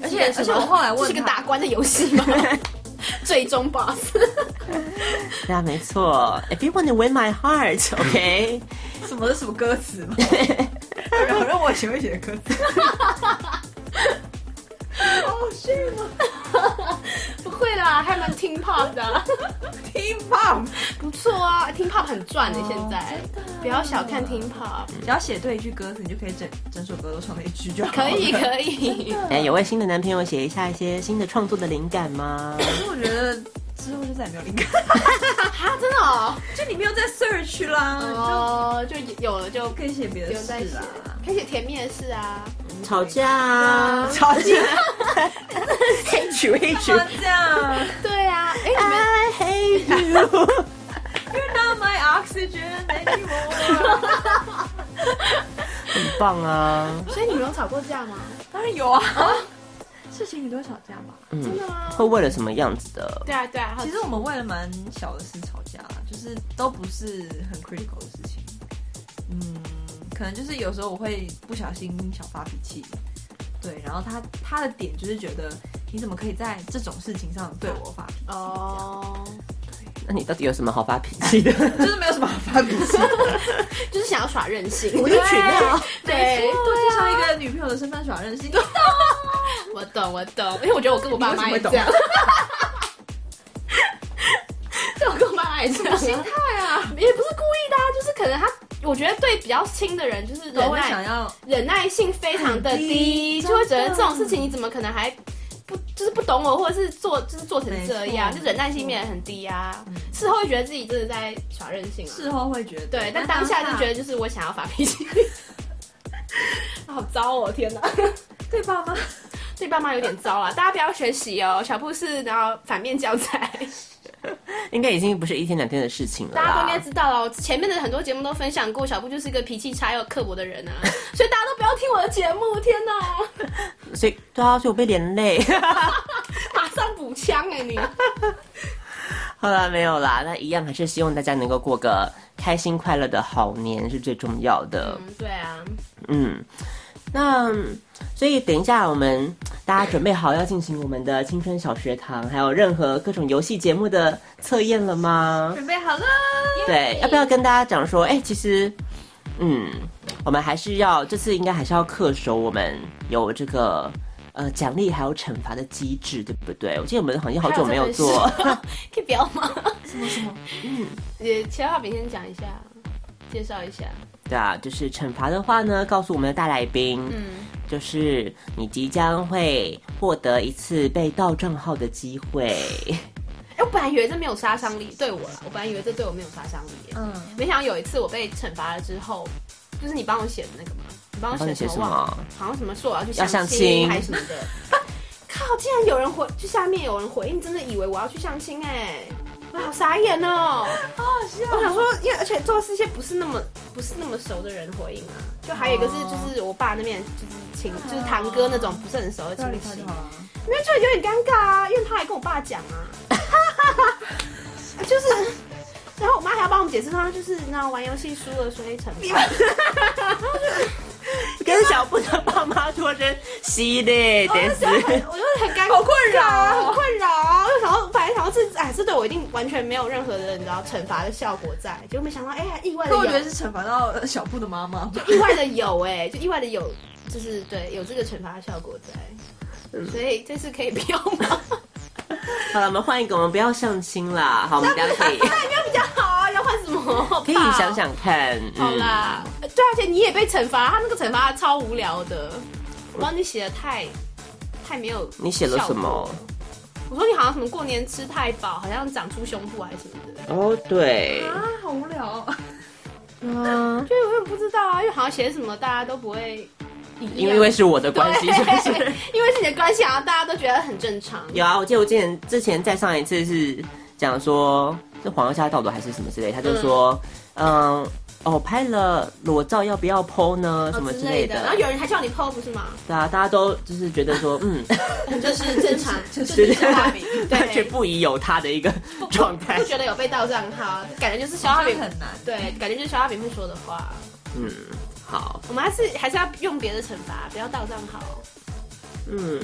Speaker 6: 而且而且我后来
Speaker 5: 这是
Speaker 6: 问
Speaker 5: 个
Speaker 6: 他
Speaker 5: 打，关的游戏吗？最终 boss，
Speaker 4: 对啊，没错。If you want to win my heart, OK？
Speaker 6: 什么什么歌词 吗？然后让我学会写歌 词。哦，是吗？
Speaker 5: 不会啦，还蛮听 pop 的啊，
Speaker 6: 听 pop，
Speaker 5: 不错啊，听 pop 很赚的，现在不要小看听 pop，
Speaker 6: 只要写对一句歌词，你就可以整整首歌都唱那一句就好。
Speaker 5: 可以。可以，
Speaker 4: 哎，有位新的男朋友写一下一些新的创作的灵感吗？
Speaker 6: 可是我觉得之后就再也没有灵感，
Speaker 5: 啊，真的哦，
Speaker 6: 就你没有在 search 啦，
Speaker 5: 哦，就有了就
Speaker 6: 就可以写别
Speaker 5: 不
Speaker 6: 的
Speaker 5: 用再
Speaker 6: 事
Speaker 5: 写
Speaker 6: 啦。，
Speaker 5: 可以写甜蜜的事啊，
Speaker 4: 吵架啊，
Speaker 6: 吵架，
Speaker 4: 一曲一曲
Speaker 6: 怎么这样
Speaker 5: 对啊，哎，你们
Speaker 4: ，I hate you。
Speaker 6: ？You're not my oxygen anymore。
Speaker 4: 很棒啊！
Speaker 5: 所以你们有吵过架吗？
Speaker 6: 当然有啊，事情你都吵架吧？
Speaker 4: 嗯
Speaker 5: 真，的吗？
Speaker 4: 会为了什么样子的？
Speaker 5: 对啊对啊，好
Speaker 6: 其实我们为了蛮小的事吵架啦，就是都不是很 critical 的事情。嗯，可能就是有时候我会不小心小发脾气，对，然后他他的点就是觉得你怎么可以在这种事情上对我发脾气？
Speaker 5: 哦，
Speaker 4: 那你到底有什么好发脾气 的？
Speaker 6: 就是没有什么好发脾气，
Speaker 5: 就是想要耍任性，
Speaker 3: 无理取闹。
Speaker 5: 对啊
Speaker 6: 对，啊就像一个女朋友的身份耍任性，
Speaker 5: 我懂，我懂，因为我觉得我跟我爸妈也这样。 对，我跟我爸妈也这样。心态啊，也不是故意的、啊，就是可能他，我觉得对比较亲的人，就是
Speaker 6: 都
Speaker 5: 忍
Speaker 6: 会想
Speaker 5: 耐
Speaker 6: 要
Speaker 5: 忍耐性非常的低，
Speaker 6: 很低
Speaker 5: 就会觉得
Speaker 6: 真的
Speaker 5: 这种事情你怎么可能还不就是不懂我，或者是做就是做成这样，
Speaker 6: 没错嗯
Speaker 5: 就忍耐性变得很低啊。事后会觉得自己真的在耍任性啊。
Speaker 6: 事后会觉得，
Speaker 5: 对，但当下就觉得就是我想要发脾气， 好糟哦！天哪，
Speaker 6: 对爸妈
Speaker 5: 对爸妈有点糟啊了，大家不要学习哦。小布是然后反面教材，
Speaker 4: 应该已经不是一天两天的事情
Speaker 6: 啊
Speaker 4: 了啦。
Speaker 5: 大家都应该知道了。哦前面的很多节目都分享过，小布就是一个脾气差又刻薄的人啊，所以大家都不要听我的节目。天哪，
Speaker 4: 所以对啊，所以我被连累。
Speaker 5: 马上补枪哎你！
Speaker 4: 好了，没有啦，那一样还是希望大家能够过个开心快乐的好年是最重要的。
Speaker 5: 嗯，对啊，
Speaker 4: 嗯，那所以等一下我们大家准备好要进行我们的青春小学堂，还有任何各种游戏节目的测验了吗？
Speaker 6: 准备好了，
Speaker 4: 对，要不要跟大家讲说，哎、其实，嗯，我们还是要这次应该还是要恪守我们有这个。呃，奖励还有惩罚的机制，对不对？我记得我们好像好久没有做，
Speaker 5: 可以不要吗？嗯
Speaker 6: 什么什么，
Speaker 5: 也其他话饼先讲一下，介绍一下。
Speaker 4: 对啊，就是惩罚的话呢，告诉我们的大来宾，
Speaker 5: 嗯，
Speaker 4: 就是你即将会获得一次被盗账号的机会。
Speaker 5: 哎、我本来以为这没有杀伤力，对我啦，我本来以为这对我没有杀伤力耶。
Speaker 6: 嗯，
Speaker 5: 没想到有一次我被惩罚了之后，就是你帮我写的那个嘛，你帮
Speaker 4: 帮
Speaker 5: 我
Speaker 4: 你写
Speaker 5: 写什
Speaker 4: 什
Speaker 5: 么忘了？
Speaker 4: 么？
Speaker 5: 好像什么说我要去
Speaker 4: 要相亲
Speaker 5: 亲还是什么的。靠！竟然有人回，就下面有人回应，真的以为我要去相亲哎、我好傻眼哦、 好好笑！我想说，因为而且都是一些不是那么不是那么熟的人回应啊，就还有一个是就是我爸那边就是亲就是堂哥那种不是很熟的亲
Speaker 6: 道理他
Speaker 5: 戚
Speaker 6: 就，好了。
Speaker 5: 那就有点尴尬啊，因为他还跟我爸讲啊， 就是，然后我妈还要帮我们解释，她就是那玩游戏输了，所以惩罚。
Speaker 4: 跟小布的爸妈脱身，犀利得死。
Speaker 5: 我就很尴尬，好困扰，很困扰啊。我想要，本来想要这，哎，这对我一定完全没有任何的，你知道惩罚的效果在，结果没想到，哎，还意外的
Speaker 6: 可我觉得
Speaker 5: 有，
Speaker 6: 是惩罚到呃小布的妈妈，
Speaker 5: 意外的有，哎，就意外的有，就是对，有这个惩罚的效果在，所以这次可以不要吗？
Speaker 4: 好了，我们换一个，我们不要相亲啦。好，我们大家可以
Speaker 5: 应该比较好啊，要换什么？哦
Speaker 4: 可以想。想看。嗯
Speaker 5: 好，啦，呃对，而且你也被惩罚，他那个惩罚超无聊的，我帮你写的太太没有。
Speaker 4: 你写了什么？
Speaker 5: 我说你好像什么过年吃太饱，好像长出胸部还是什么的，
Speaker 4: 哦，对，
Speaker 6: 啊，好无聊。
Speaker 5: 哦
Speaker 4: 嗯，
Speaker 5: 就我也不知道啊，因为好像写什么大家都不会一
Speaker 4: 因
Speaker 5: 样，
Speaker 4: 为是我的关系，
Speaker 5: 对
Speaker 4: 是不是？
Speaker 5: 因为是你的关系，好像大家都觉得很正常。
Speaker 4: 有啊，我记得我之前之前再上一次是讲说是黄油虾道德还是什么之类，他就说，嗯，哦，拍了裸照要不要 PO 呢？什么之
Speaker 5: 哦啊之
Speaker 4: 类
Speaker 5: 类的，
Speaker 4: 的
Speaker 5: 然后。有人还叫你 PO 不是吗？
Speaker 4: 对啊，大家都就是觉得 说，嗯，
Speaker 5: 就是 正常，就是
Speaker 4: 是
Speaker 5: 消化 饼，
Speaker 4: 完全
Speaker 5: 对，
Speaker 4: 不宜有他的一个状态
Speaker 5: 不。觉得有被盗账号，感觉就是消化饼，
Speaker 6: 很难。
Speaker 5: 对，感觉就是消化饼会说的话。
Speaker 4: 嗯，好，
Speaker 5: 我们还是还是要用别的惩罚，不要到账好。
Speaker 4: 嗯，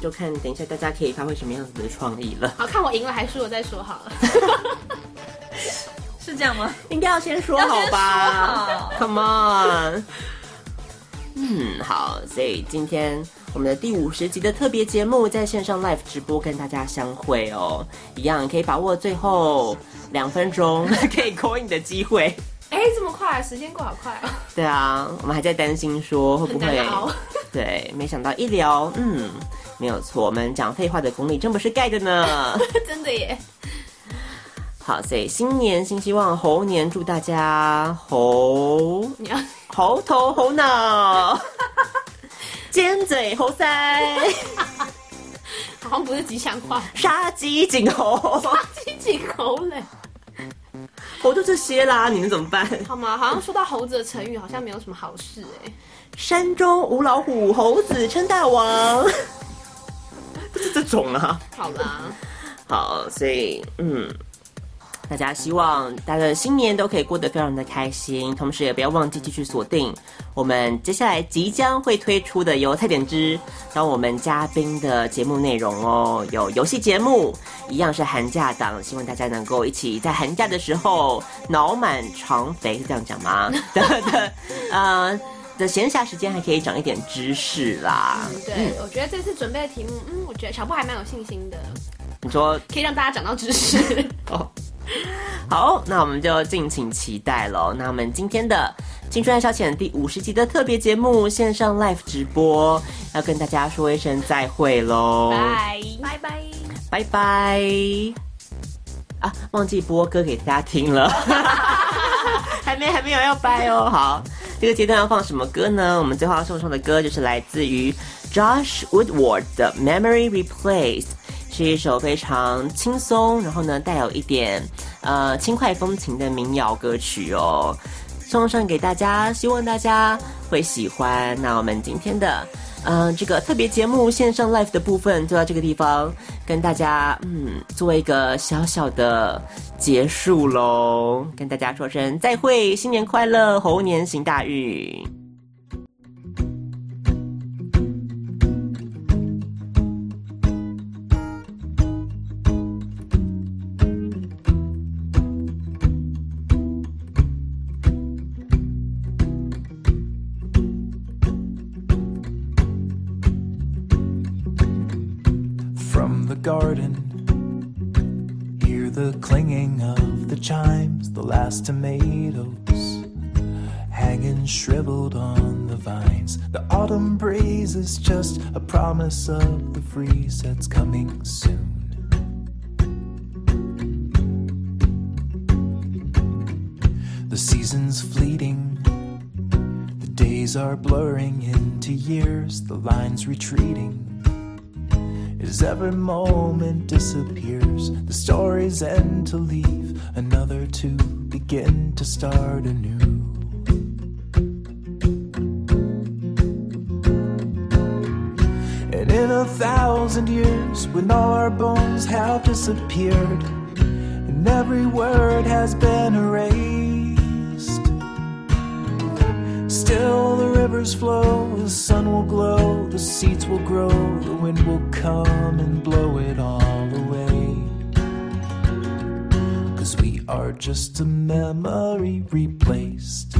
Speaker 4: 就看等一下大家可以发挥什么样子的创意了。
Speaker 5: 好看我赢了还输了再说好了。
Speaker 6: 是这样吗？
Speaker 4: 应该要先说好吧
Speaker 6: 要先说好
Speaker 4: c o m e on。嗯，好，所以今天我们的第五十集的特别节目在线上 live 直播跟大家相会哦，一样可以把握最后两分 钟可以 call in 的机会。
Speaker 5: 哎、这么快，时间过好快哦，
Speaker 4: 对啊，我们还在担心说会不
Speaker 5: 很
Speaker 4: 会
Speaker 5: 难熬。
Speaker 4: 对，没想到一聊，嗯，没有错，我们讲废话的功力真不是盖的 呢。
Speaker 5: 真的耶！
Speaker 4: 好，所以新年新希望，猴年祝大家猴
Speaker 5: 你要
Speaker 4: 猴头猴脑， 尖嘴猴腮，
Speaker 5: 好像不是吉祥话，
Speaker 4: 杀鸡儆 猴，
Speaker 5: 鸡颈猴嘞，
Speaker 4: 猴就这些啦，你们怎么办？
Speaker 5: 好吗？好像说到猴子的成语，好像没有什么好事哎。
Speaker 4: 山中无老虎，猴子称大王， 就是这种啊。
Speaker 5: 好啦，
Speaker 4: 好，所以嗯，大家希望大家的新年都可以过得非常的开心，同时也不要忘记继续锁定我们接下来即将会推出的由菜点之当我们嘉宾的节目内容哦，有游戏节目，一样是寒假档，希望大家能够一起在寒假的时候脑满肠肥，是这样讲吗？的的，呃。的闲暇时间还可以长一点知识啦。
Speaker 5: 对，我觉得这次准备的题目，嗯，我觉得小布还蛮有信心的，
Speaker 4: 你说
Speaker 5: 可以让大家长到知识。
Speaker 4: 哦，好，那我们就敬请期待喽。那我们今天的《青春爱消遣》第五十集的特别节目线上 live 直播，要跟大家说一声再会喽，
Speaker 5: 拜拜拜。
Speaker 4: 拜拜。啊，忘记播歌给大家听了，还没还没有要拜哦。好，这个阶段要放什么歌呢？我们最后要送上的歌就是来自于 Josh Woodward 的《Memory Replaced》，是一首非常轻松，然后呢带有一点呃轻快风情的民谣歌曲哦，送上给大家，希望大家会喜欢。那我们今天的。嗯，这个特别节目线上 live 的部分就到这个地方，跟大家嗯做一个小小的结束喽，跟大家说声再会，新年快乐，猴年行大运。
Speaker 7: from the garden. Hear the clinging of the chimes, the last tomatoes hanging shriveled on the vines. The autumn breeze is just a promise of the freeze that's coming soon. The season's fleeting. The days are blurring into years, the lines retreating as every moment disappears. The stories end to leave another to begin to start anew. And in a thousand years, when all our bones have disappeared, and every word has been erased. Still the rivers flow, the sun will glow, the seeds will grow, the wind will come and blow it all away. Cause we are just a memory replaced.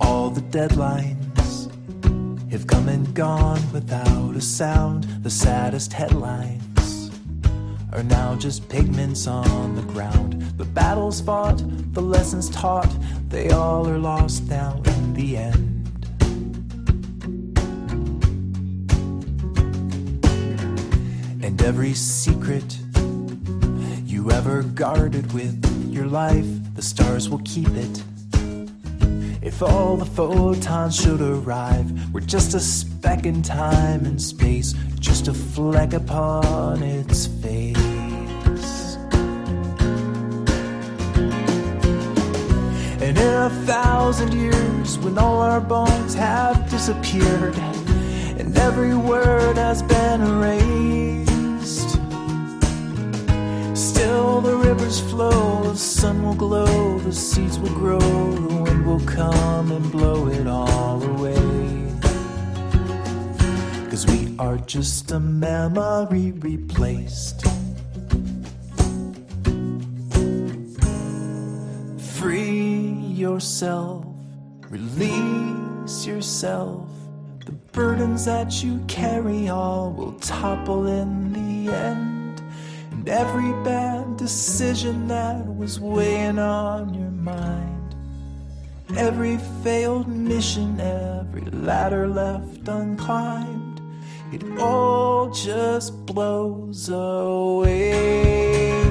Speaker 7: All the deadlines have come and gone without a sound, the saddest headlines are now just pigments on the ground. The battles fought, the lessons taught, they all are lost now in the end. And every secret you ever guarded with your life, the stars will keep it. If all the photons should arrive, we're just a speck in time and space, just a fleck upon its face. And in a thousand years, when all our bones have disappeared, and every word has been erased. Still the rivers flow, the sun will glow, the seeds will grow, the wind will come and blow it all away. Cause we are just a memory replaced. Free yourself, release yourself. The burdens that you carry all will topple in the end. And every bad decision that was weighing on your mind, every failed mission, every ladder left unclimbed, it all just blows away.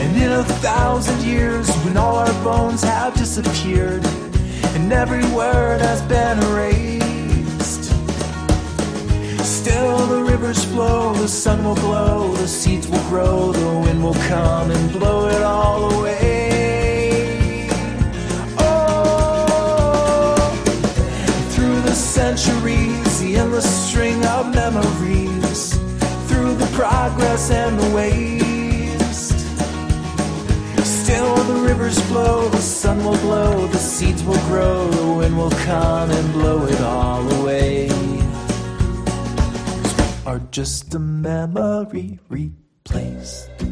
Speaker 7: And in a thousand years, when all our bones have disappeared, and every word has been erased, still the rivers flow, the sun will glow, the seeds will grow, the wind will come and blow it all away. Oh, through the centuries, the endless rivers flow, the sun will blow, the seeds will grow, the wind will come and blow it all away. Are just a memory replaced